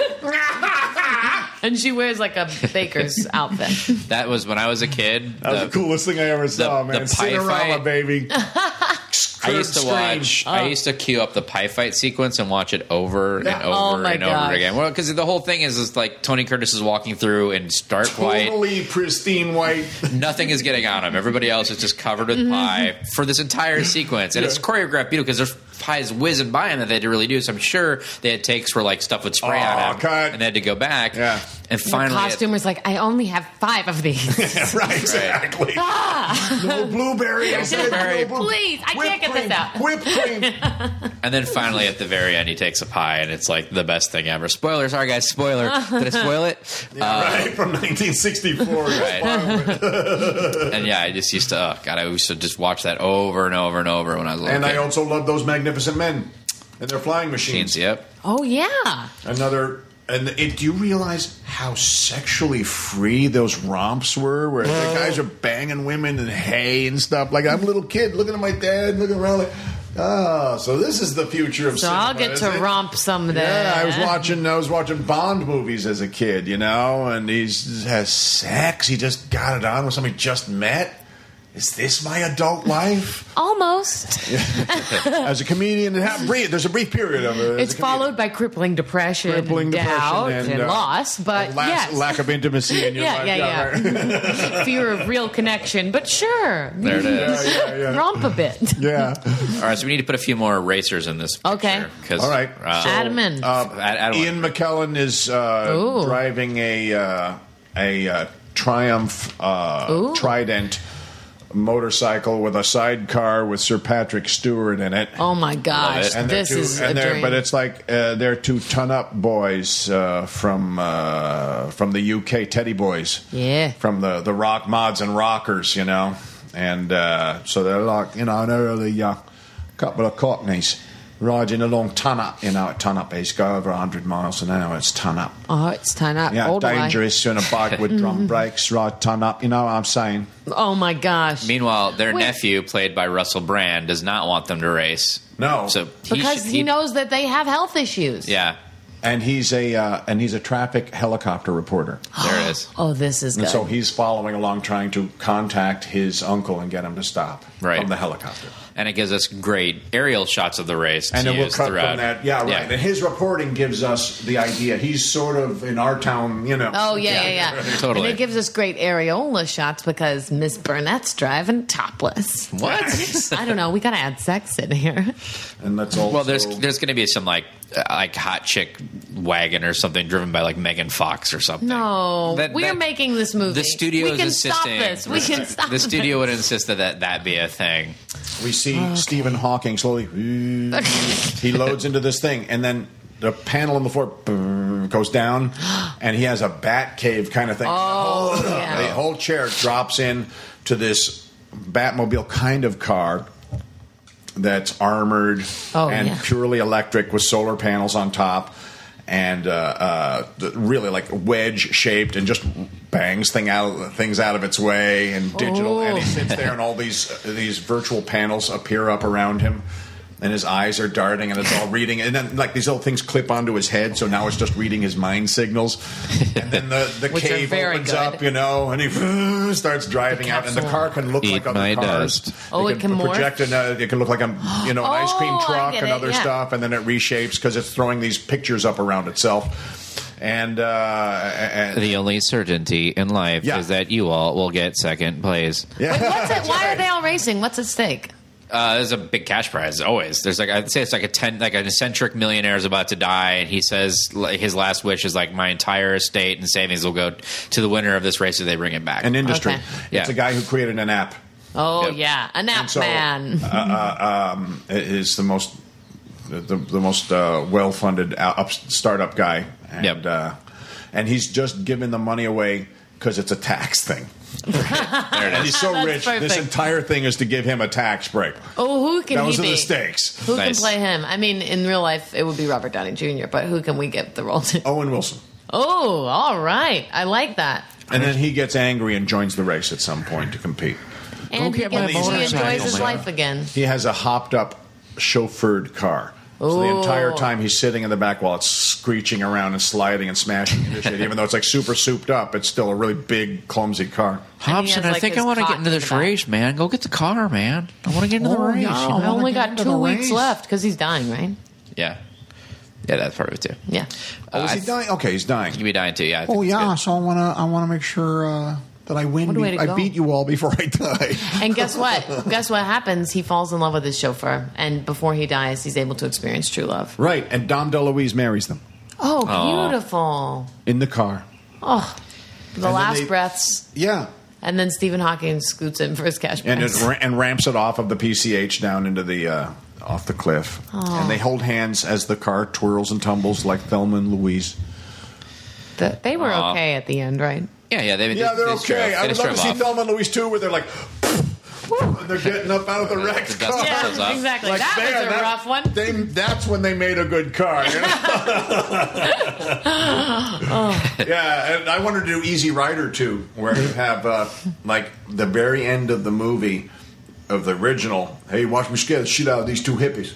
and she wears like a baker's outfit.
That was when I was a kid.
That was
the-
the, coolest thing I ever saw, man.
the pie
Cinerama,
fight.
baby.
I used to watch.
Oh.
I used to queue up the pie fight sequence and watch it over and
Oh
over
my
and
gosh.
over again. Well, because the whole thing is, is like Tony Curtis is walking through in stark white.
Totally pristine white.
Nothing is getting on him. Everybody else is just covered with
Mm-hmm.
pie for this entire sequence, and it's choreographed beautiful because there's pies whizzing by him that they had to really do. So I'm sure they had takes where like stuff would spray
Aw,
on him,
cut.
and they had to go back.
Yeah.
and finally, it-
Costumer's like, I only have five of these.
Yeah, right, exactly. No blueberry. I said
blueberry.
no blue-
Ah! Please, I
Whipped
can't get this
cream,
out.
Whipped cream.
And then finally, at the very end, he takes a pie, and it's like the best thing ever. Spoiler, sorry guys, spoiler. Did I spoil it? Uh,
right, from 1964.
Right. and yeah, I just used to. Oh, God, I used to just watch that over and over and over when I was. a little
And I
kid.
also love those magnificent men and their flying machines.
Machines, Yep.
oh yeah.
Another. And it, do you realize how sexually free those romps were, where the guys are banging women and hay and stuff? Like I'm a little kid looking at my dad, looking around like, ah, so this is the future of.
So I'll
cinema,
get
is
to
it?
romp someday.
Yeah, I was watching. I was watching Bond movies as a kid, you know, and he's has sex. He just got it on with somebody he just met. Is this my adult life?
Almost.
as a comedian, it happened, brief- there's a brief period of it. as
It's
a comedian.
followed by crippling depression,
Crippling
and
depression
doubt,
and,
and,
uh,
loss. But
And last-
yes,
lack of intimacy in your
yeah,
life.
yeah, yeah,
right.
fear of real connection. But sure,
There it is.
yeah, yeah, yeah.
romp a bit.
Yeah.
All right, so we need to put a few more racers in this. Picture,
Okay.
'cause,
All right.
uh,
So,
Adam and-
uh,
I- I don't
Ian McKellen is uh,
Ooh.
driving a uh, a uh, Triumph uh,
Ooh.
Trident motorcycle with a sidecar with Sir Patrick Stewart in it.
Oh my gosh,
it.
and they're
this
two,
is
and
a
they're-
dream.
But it's like uh, they're two ton up boys uh, from uh, from the UK, Teddy Boys.
Yeah.
from the the rock mods and rockers, you know, and uh, so they're like you know an early uh, couple of cockneys riding along ton up. You know, ton up is go over hundred miles an hour. It's ton up.
oh, it's time out.
Yeah,
All Mm-hmm. right.
dangerous on a bike with drum brakes, right? Ton up. You know what I'm saying?
Oh my gosh.
Meanwhile, their
Wait.
nephew, played by Russell Brand, does not want them to race.
No.
So he
because
should-
he, knows that they have health issues.
Yeah,
And he's a uh, and he's a traffic helicopter reporter.
there it is.
Oh, this is good.
And so he's following along, trying to contact his uncle and get him to stop
Right.
from the helicopter.
And it gives us great aerial shots of the race.
And
to
it will
use
cut
throughout.
from that. Yeah, right. And his reporting gives us the idea. He's sort of in our town, you know.
Oh yeah, yeah, yeah.
Totally.
And it gives us great areola shots because Miss Burnett's driving topless.
What?
I don't know. We gotta add sex in here.
And that's all.
Well, there's there's going to be some like uh, like hot chick wagon or something driven by like Megan Fox or something.
No,
That-
we're
that-
making this movie.
The studio
we
is
can stop
insisting.
this. We can stop
The studio would insist that, that that be a thing.
we see Stephen Hawking slowly. he loads into this thing, and then the panel on the floor boom, goes down, and he has a bat cave kind of thing.
Oh,
the, whole,
yeah.
the whole chair drops in to this Batmobile kind of car. That's armored
Oh,
and
yeah.
purely electric with solar panels on top, and uh, uh, th- really like wedge shaped, and just bangs thing out things out of its way and digital. And he
Oh.
sits there, and all these these virtual panels appear up around him. and his eyes are darting, and it's all reading. And then like these little things clip onto his head, so now it's just reading his mind signals. And then the, the
Which are
cave
very
opens
good.
up, you know, and he starts driving out, and the
capsule.
car can look
Eat
like other
my
cars.
dust.
Oh, it can morph?
project another. It can look like a you know an ice cream
Oh, I
truck
get
and
it,
other
yeah.
stuff, and then it reshapes because it's throwing these pictures up around itself. And uh, and
The only certainty in life
Yeah.
is that you all will get second place.
Wait, what's it, why are they all racing? What's at stake?
Uh, there's a big cash prize always. There's like I'd say it's like a ten, like an eccentric millionaire is about to die, and he says like, his last wish is like my entire estate and savings will go to the winner of this race if they bring it back.
an industry.
Okay.
Yeah.
It's a guy who created an app.
Oh
Yep.
yeah, a nap
And so,
man.
uh, uh, um, is the most the, the most uh, well funded up startup guy, and
Yep.
uh, and he's just giving the money away because it's a tax thing.
there it
And
is.
he's so
That's
rich. This
perfect.
entire thing is to give him a tax break.
oh, who can
Those
he
are
be?
the stakes.
Who can
Nice.
play him? I mean, in real life, it would be Robert Downey Jr., but who can we get the role to?
Owen Wilson.
Oh, all right. I like that.
And then he gets angry and joins the race at some point to compete.
And he,
get my
gets, he enjoys
motorcycle,
his
man.
life again.
He has a hopped up chauffeured car. So the
Ooh.
entire time he's sitting in the back while it's screeching around and sliding and smashing into shit. Even though it's like super souped up, it's still a really big, clumsy car.
Hobson,
And he has,
I think
like,
I
his
want to
cock
get into
in
this
the back.
race, man. Go get the car, man. I want to get into
Oh,
the race.
I,
wanna
only
get
got
into
two
the
weeks
race.
left because he's dying, right?
Yeah, yeah, that's part of it too.
Yeah.
Uh,
Oh, is
I
he dying? Okay, he's
Can
dying.
be dying too. Yeah. I think
Oh
it's
yeah,
good.
so I want to I want to make sure uh, that I
What
win.
a way to
I
go.
beat you all before I die.
And guess what? guess what happens? He falls in love with his chauffeur, and before he dies, he's able to experience true love.
Right, and Dom DeLuise marries them
Oh,
Aw.
beautiful.
in the car.
Oh, the
then
last
they-
breaths.
Yeah.
And then Stephen Hawking scoots in for his cash
And it
prize.
ra- and ramps it off of the PCH down into the uh, off the cliff. And they hold hands as the car twirls and tumbles like Thelma and Louise.
The- they were
Aw.
okay at the end, right?
Yeah, yeah. They,
Yeah,
they,
they're
they strip-
okay. I
they
would
strip
love to see
off.
Thelma and Louise too, where they're like, and they're getting up out of the
The
wreck.
dust
car.
settles up.
exactly.
Like,
that
there,
was a rough one.
They, that's when they made a good car. You know? Yeah, and I wanted to do Easy Rider too, where you have uh, like the very end of the movie of the original. Hey, watch me scare the shit out of these two hippies.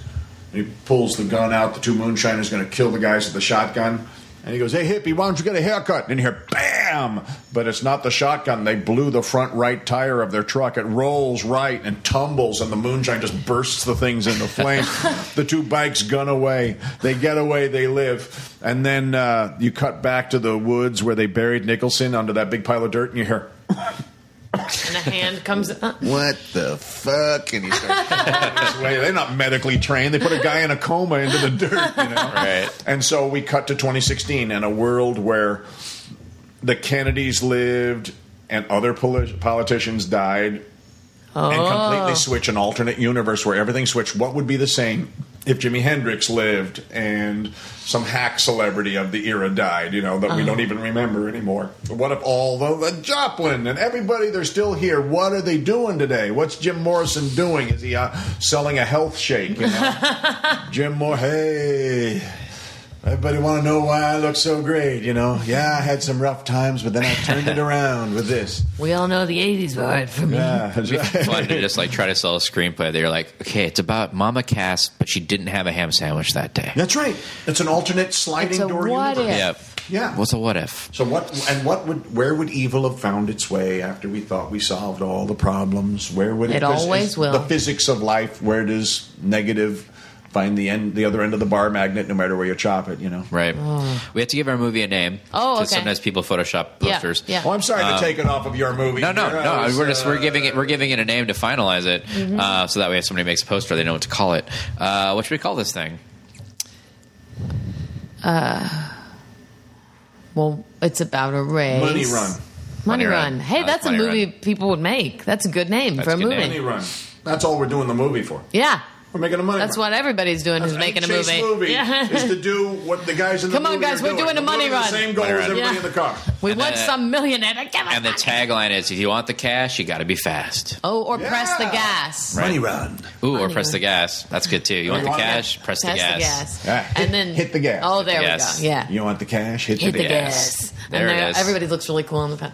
And he pulls the gun out. The two moonshiners going to kill the guys with the shotgun. And he goes, "Hey hippie, why don't you get a haircut?" And you hear, "Bam!" But it's not the shotgun. They blew the front right tire of their truck. It rolls right and tumbles, and the moonshine just bursts the things into flames. the two bikes gun away. They get away. They live. And then uh, you cut back to the woods where they buried Nicholson under that big pile of dirt, and you hear,
And a hand comes. uh.
what the fuck? And he starts
this way. They're not medically trained. They put a guy in a coma into the dirt. You know?
Right.
And so we cut to 2016 and a world where the Kennedys lived and other poli- politicians died, and completely switch an alternate universe where everything switched. What would be the same if Jimi Hendrix lived and some hack celebrity of the era died? You know that we don't even remember anymore. What if all the, the Joplin and everybody they're still here? What are they doing today? What's Jim Morrison doing? Is he uh, selling a health shake? You know? Jim Moore, hey. Everybody want to know why I look so great, you know? Yeah, I had some rough times, but then I turned it around with this.
We all know the 80s were hard for me.
Yeah, that's right.
fun to just like try to sell a screenplay that you're like, okay, it's about Mama Cass, but she didn't have a ham sandwich that day.
That's right. It's an alternate sliding
It's a
door
what
universe.
if.
Yep.
Yeah.
What's a what if?
So what? And what would? Where would evil have found its way after we thought we solved all the problems? Where would it?
It
because
always
it's
will.
The physics of life. Where does negative find the end? The other end of the bar magnet, no matter where you chop it. You know.
Right. We have to give our movie a name.
Mm. Oh,
'cause
okay.
Sometimes people Photoshop
Yeah,
posters.
yeah.
Oh, I'm sorry to take it off of your movie.
Um, No, no,
Here I
no.
was,
we're just we're
uh,
giving it we're giving it a name to finalize it,
Mm-hmm.
uh, so that way if somebody makes a poster, they know what to call it. Uh, what should we call this thing?
Well, it's about a race.
Money Run.
Money,
Money
Run.
Run. I
Hey,
like
that's a
Money
movie
Run.
people would make. That's a good name
That's
for a
a good
movie.
name.
Money Run. That's all we're doing the movie for.
Yeah.
We're making a money.
That's
run.
what everybody's doing who's making a
Chase
movie. Yeah.
is to do what the guys in the
Come on,
movie
guys,
are
we're
doing.
doing a money
the
run.
same goal
Money
as
run.
everybody
Yeah.
in the car.
we
And
want
the-
some millionaire to give us
uh, And the
money.
tagline is: If you want the cash, you got to be fast.
Oh, or press the
Yeah.
gas.
Money run.
Ooh, or
Money
press
Run.
the gas. That's good too. You want the
want it?
cash? Press,
Press the gas.
Yeah.
And
Hit-
then
hit the gas.
Oh,
Hit the
there we
gas.
go. Yeah.
You want the cash? Hit,
Hit the
gas.
gas.
There
and
it
I-
is.
Everybody looks really cool on the pen.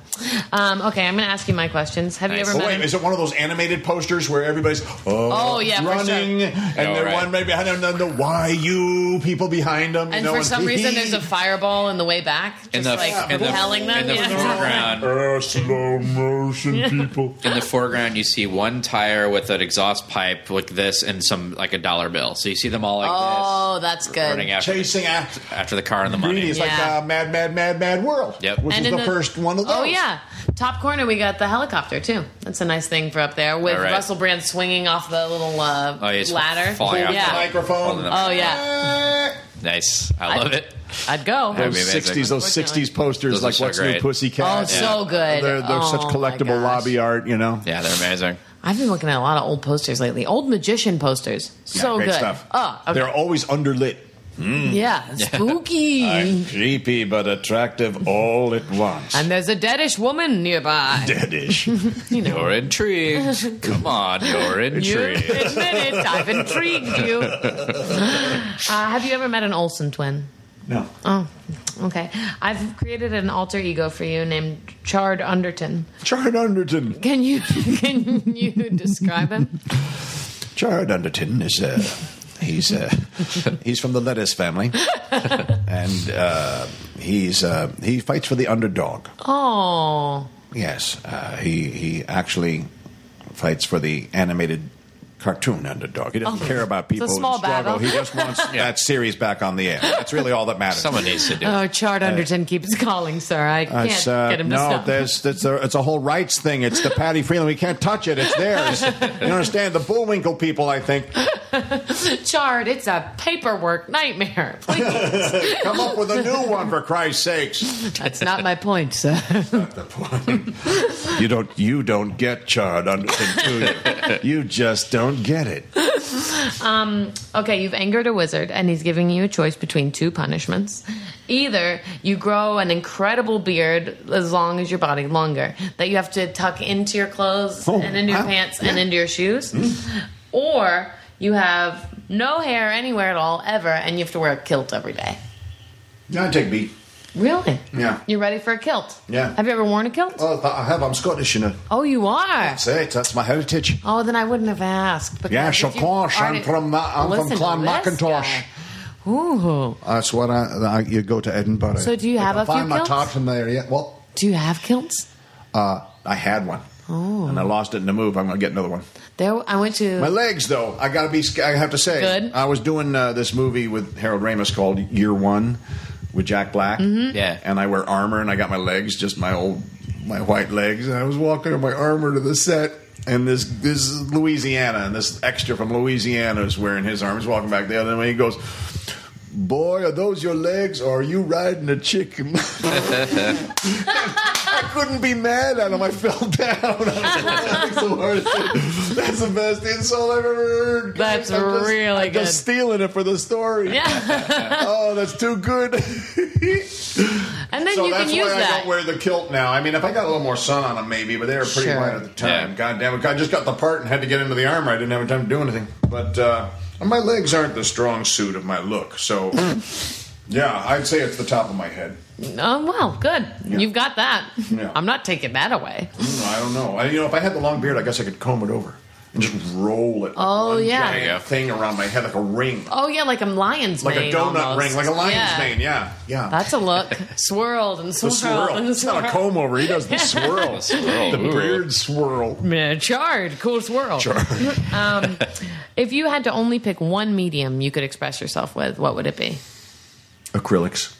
Um, okay, I'm going to ask you my questions. Have
Nice.
you ever
Oh,
met?
wait,
a-
is it one of those animated posters where everybody's oh,
Oh, yeah, for
running and
Oh,
they're
right.
one right behind them, and the why you people behind them,
and
no
for
one-
some reason, there's a fireball in the way back, just
in the
like
in the,
propelling them.
in the
yeah.
foreground.
Uh, slow motion people.
in the foreground you see one tire with an exhaust pipe like this and some like a dollar bill so you see them all like
Oh, that's
this
good.
running after,
Chasing after
after the car and the money
greedy. It's
Yeah.
like uh, Mad, Mad, Mad, Mad World.
Yep.
Which
And
is
in
the, first one of those.
Oh yeah, top corner. We got the helicopter too. That's a nice thing for up there with
All right.
Russell Brand swinging off the little uh,
Oh, he's
ladder.
falling off the
yeah.
Microphone.
Holding up.
Oh yeah,
nice i love it
I'd go.
That'd be
Those
amazing.
sixties, those
Unfortunately.
sixties posters,
Those are
like
so
what's
great.
new, Pussycat.
Oh, so good.
They're, they're such
Oh, my
collectible
gosh.
lobby art, you know.
yeah they're amazing
I've been looking at a lot of old posters lately. Old magician posters. So
great
good.
stuff.
Oh, okay.
They're always underlit.
yeah, spooky.
creepy but attractive all at once.
and there's a deadish woman nearby.
Deadish.
you're intrigued come on you're
You
intrigued
admit it. I've intrigued you. Uh, have you ever met an Olsen twin?
No.
Oh, okay. I've created an alter ego for you named Chard Underton.
Chard Underton.
Can you can you describe him?
Chard Underton is uh, he's uh, he's from the lettuce family, and uh, he's uh, he fights for the underdog.
Oh,
Yes, uh, he he actually fights for the animated cartoon underdog. He doesn't
Oh.
care about people
It's a small
who struggle.
battle.
He just wants that series back on the air. That's really all that matters.
someone needs to do it
oh, Chard Underton keeps calling, sir. I
Uh,
can't
it's, uh,
get him to
no,
stop.
there's, it's, a, it's a whole rights thing. It's the Patty Freeland. We can't touch it. It's theirs. you understand? The Bullwinkle people, I think,
Chard, it's a paperwork nightmare. Please.
come up with a new one for Christ's sakes.
That's not my point, sir.
The point. You don't. You don't get Chard Underton. do you? you just don't get it.
Um, Okay, you've angered a wizard, and he's giving you a choice between two punishments. Either you grow an incredible beard as long as your body longer that you have to tuck into your clothes
Oh,
and into your
wow.
pants and into your shoes, or you have no hair anywhere at all ever, and you have to wear a kilt every day.
No, I take B.
Really?
Yeah.
You're ready for a kilt?
Yeah.
Have you ever worn a kilt? Oh,
Oh, I have. I'm Scottish, you know.
you are.
Say it.
That's my heritage.
Oh, then I wouldn't have asked. because
Yes, of
if you
course, I'm
already-
from Ma- I'm from
Listen to
Clan
this
Macintosh.
guy. Ooh.
That's what I, I you go to Edinburgh.
So do you
I
have
can
a few
find my
kilts?
top from there? Yeah. Well,
Do you have kilts?
uh, I had one.
Oh.
And I lost it in the move. I'm gonna get another one.
There, I went to.
My legs, though, I gotta be. sc- I have to say,
Good.
I was doing uh, this movie with Harold Ramis called Year One with Jack Black.
Mm-hmm.
Yeah.
And I wear armor, and I got my legs, just my old, my white legs. And I was walking in my armor to the set, and this this is Louisiana, and this extra from Louisiana is wearing his armor. He's walking back the other way. He goes. Boy, are those your legs, or are you riding a chicken? I couldn't be mad at him. I fell down. I was laughing so hard. That's the best insult I've ever heard.
That's
I'm just-
really
I'm Just stealing it for the story.
yeah,
Oh, that's too good.
and then
So
you can
that's
use
why I
that.
don't wear the kilt now. I mean, if I got a little more sun on them, maybe, but they were pretty
Sure.
white at the time.
Yeah.
God damn it. I just got the part and had to get into the armor. I didn't have time to do anything. But uh, my legs aren't the strong suit of my look. So, yeah, I'd say it's the top of my head.
oh well, good. You've got that.
Yeah.
I'm not taking that away.
Mm, I don't know. I, you know, if I had the long beard, I guess I could comb it over and just roll it. like
Oh,
one
yeah.
giant
There you go.
thing around my head like a ring.
Oh yeah, like I'm lion's
Like
mane.
a donut
almost.
ring, like a lion's
yeah.
mane, yeah. Yeah.
That's a look. Swirled and
the
swirled
swirl.
and
It's not a
swirled.
comb over. He does the swirl.
The swirl,
The
ooh.
beard swirl.
Yeah, charred, cool swirl. um, if you had to only pick one medium you could express yourself with, what would it be?
Acrylics.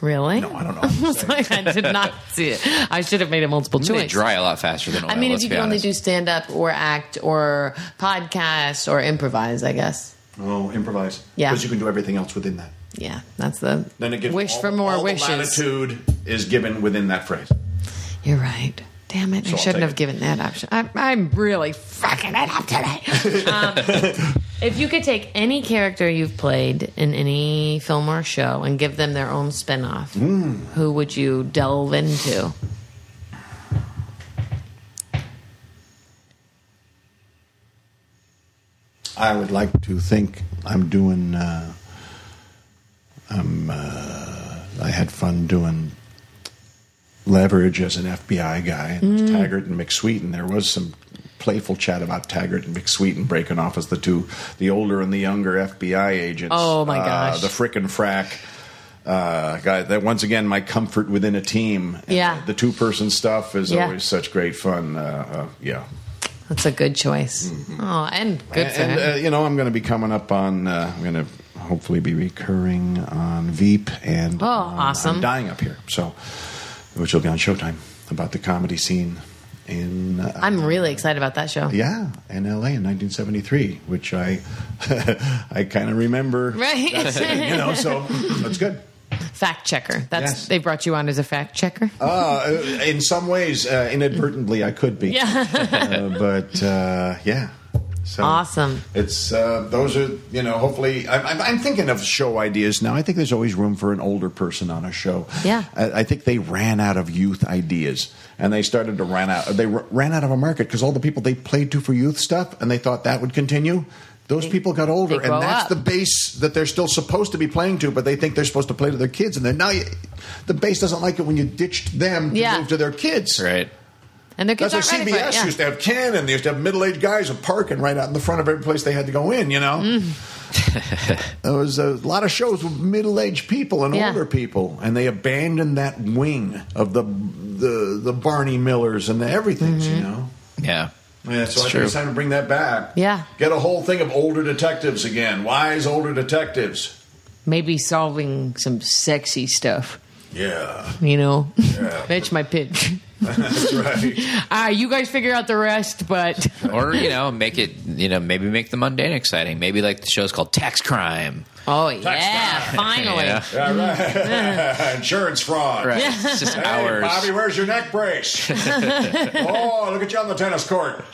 Really?
No, I don't know.
It's like I did not see it. I should have made a multiple
I mean, they
choice.
dry a lot faster than oil,
I mean,
let's
if you
be
could only
honest.
do stand up or act or podcast or improvise, I guess.
Oh, improvise.
Yeah.
Because you can do everything else within that.
Yeah, that's the
Then it gives
wish
all-
for more
all the
wishes.
latitude is given within that phrase.
You're right. Damn it! I
I'll
shouldn't
take
have
it.
given that option. I'm, I'm really fucking it up today. um, if you could take any character you've played in any film or show and give them their own spin off,
Mm.
who would you delve into?
I would like to think I'm doing. Uh, I'm. Uh, I had fun doing leverage as an FBI guy.
Mm.
And there's Taggart and McSweet, and there was some playful chat about Taggart and McSweeten breaking off as the two, the older and the younger FBI agents.
Oh, my
Uh,
gosh.
the frickin' frack. Uh, guy, that once again, my comfort within a team. And
Yeah.
the, two person stuff is
Yeah.
always such great fun. Uh, uh, yeah,
That's a good choice.
Mm-hmm.
Oh, and good for
and,
him.
uh, you know, I'm going to be coming up on. Uh, I'm going to hopefully be recurring on Veep and
Oh,
on
awesome.
I'm dying up here, so which will be on Showtime about the comedy scene in. Uh,
I'm really excited about that show.
yeah, in LA in 1973, which I I kind of remember.
Right.
You know, so that's good.
fact checker. That's
Yes.
they brought you on as a fact checker.
Uh, in some ways, uh, inadvertently, I could be.
Yeah.
uh, but uh, yeah. So
Awesome.
It's uh, those are you know. Hopefully, I'm, I'm, I'm thinking of show ideas now. I think there's always room for an older person on a show.
Yeah.
I, I think they ran out of youth ideas, and they started to ran out. They r- ran out of a market because all the people they played to for youth stuff, and they thought that would continue. Those people got older,
grow
and that's
up.
the base that they're still supposed to be playing to, but they think they're supposed to play to their kids, and then now you, the base doesn't like it when you ditched them to
Yeah.
move to their kids.
Right.
And their kids
That's why
aren't ready for it.
CBS
Yeah.
used to have Ken, and they used to have middle-aged guys with parking right out in the front of every place they had to go in. You know,
Mm.
there was a lot of shows with middle-aged people and
Yeah.
older people, and they abandoned that wing of the the, the Barney Millers and the everything's.
Mm-hmm.
You know,
Yeah.
yeah. So I
true.
think it's time to bring that back.
Yeah.
get a whole thing of older detectives again. Wise older detectives.
Maybe solving some sexy stuff.
Yeah,
You know,
Yeah.
that's my pitch.
that's right.
All right, you guys figure out the rest, but
Or you know, make it you know maybe make the mundane exciting. Maybe like the show's called Tax Crime.
oh yeah, finally.
Yeah.
All right, insurance fraud.
Right. It's just
Hey,
hours.
Bobby, where's your neck brace? oh, look at you on the tennis court.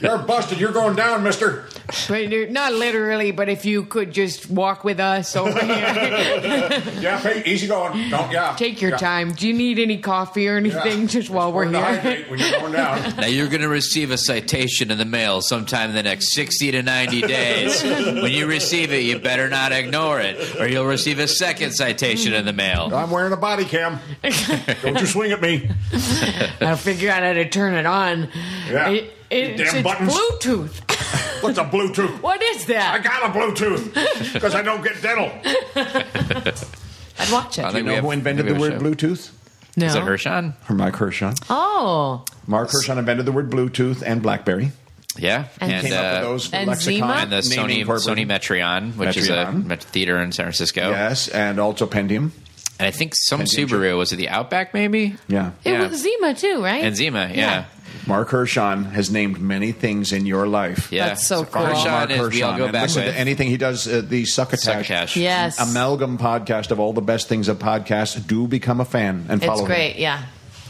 You're busted. You're going down, mister.
But you're- Not literally, but if you could just walk with us over here,
Yeah, Pete, easy going. Don't, yeah.
take your
Yeah.
time. Do you need any coffee or
Yeah.
anything? Just while we're
Important to
here.
hydrate when you're going down.
Now you're going to receive a citation in the mail sometime in the next 60 to 90 days. when you receive it, you better not ignore it, or you'll receive a second citation in the mail.
I'm wearing a body cam. Don't you swing at me.
I'll figure out how to turn it on.
Yeah.
It- it's, it's
Damn buttons.
Bluetooth.
What's a Bluetooth?
What is that?
I got a Bluetooth because I don't get dental.
I'd watch it.
I think we have- I think we have a show.
Bluetooth?
no.
Is it Hershon?
Mark Hershon.
Oh,
Mark Hershon invented the word Bluetooth and BlackBerry.
Yeah,
And
and
Came
Up
uh,
with those
and
lexicon
Zima?
and the
naming
Sony
corporate-
Sony Metreon, which is a
Metreon.
met- theater in San Francisco,
Yes, and also Pentium.
and I think some
And
Subaru was it the Outback maybe,
Yeah.
it
Yeah.
was Zima too, right?
and Zima, yeah,
Yeah.
yeah.
Mark Hershon has named many things in your life.
That's so cool.
Hershon
Mark
is we all
Hershon.
go
And
back
listen
with.
to anything he does. Uh, the Succotash,
Succotash.
Yes,
amalgam podcast of all the best things of podcasts. Do become a fan and follow.
it's
Him.
great. Yeah,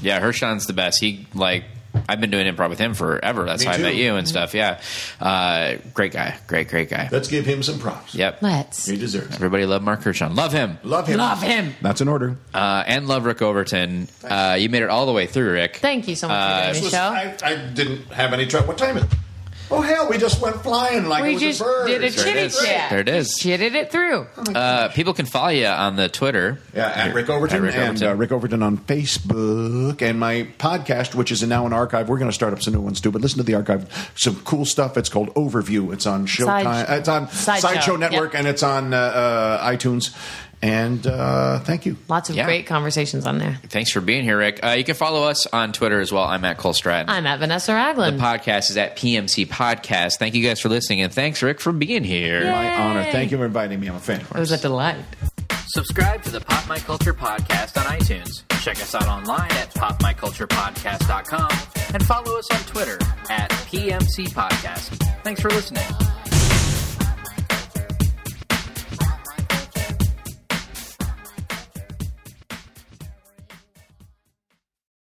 Yeah, Hershon's the best. He like I've been doing improv with him forever. That's
Me
how
too.
I met you and stuff. Yeah, uh, great guy, great great guy.
Let's give him some props.
Yep.
let's.
he deserves. it.
Everybody love Mark Hershon. Love him.
Love him.
Love him.
That's an order.
Uh, and love Rick Overton. Uh, you made it all the way through, Rick.
Thank you so much
Uh,
for doing the
Listen,
show.
I, I didn't have any trouble. What time is? it? Oh hell, we just went flying like it
we
was
just
a bird.
did
There
a
it
chitty
is.
chat.
There it is.
Chitted it through.
Uh, people can follow you on the Twitter.
Yeah, at Rick Overton
At Rick
and
Overton.
Uh, Rick Overton on Facebook and my podcast, which is now an archive. We're going to start up some new ones too, but listen to the archive. Some cool stuff. It's called Overview. It's on Showtime.
Side-
uh, it's on
Sideshow.
Sideshow, Network
Yep.
and it's on uh, uh, iTunes. And uh, thank you.
Lots of
Yeah.
great conversations on there.
Thanks for being here, Rick. Uh, you can follow us on Twitter as well. I'm at Cole Stratton.
I'm at Vanessa
the
Ragland.
podcast is at PMC Podcast. Thank you guys for listening, and thanks, Rick, for being here.
My honor. Thank you for inviting me. I'm a fan.
it was a delight.
Subscribe to the Pop My Culture Podcast on iTunes. Check us out online at popmyculturepodcast.com and follow us on Twitter at PMC Podcast. Thanks for listening.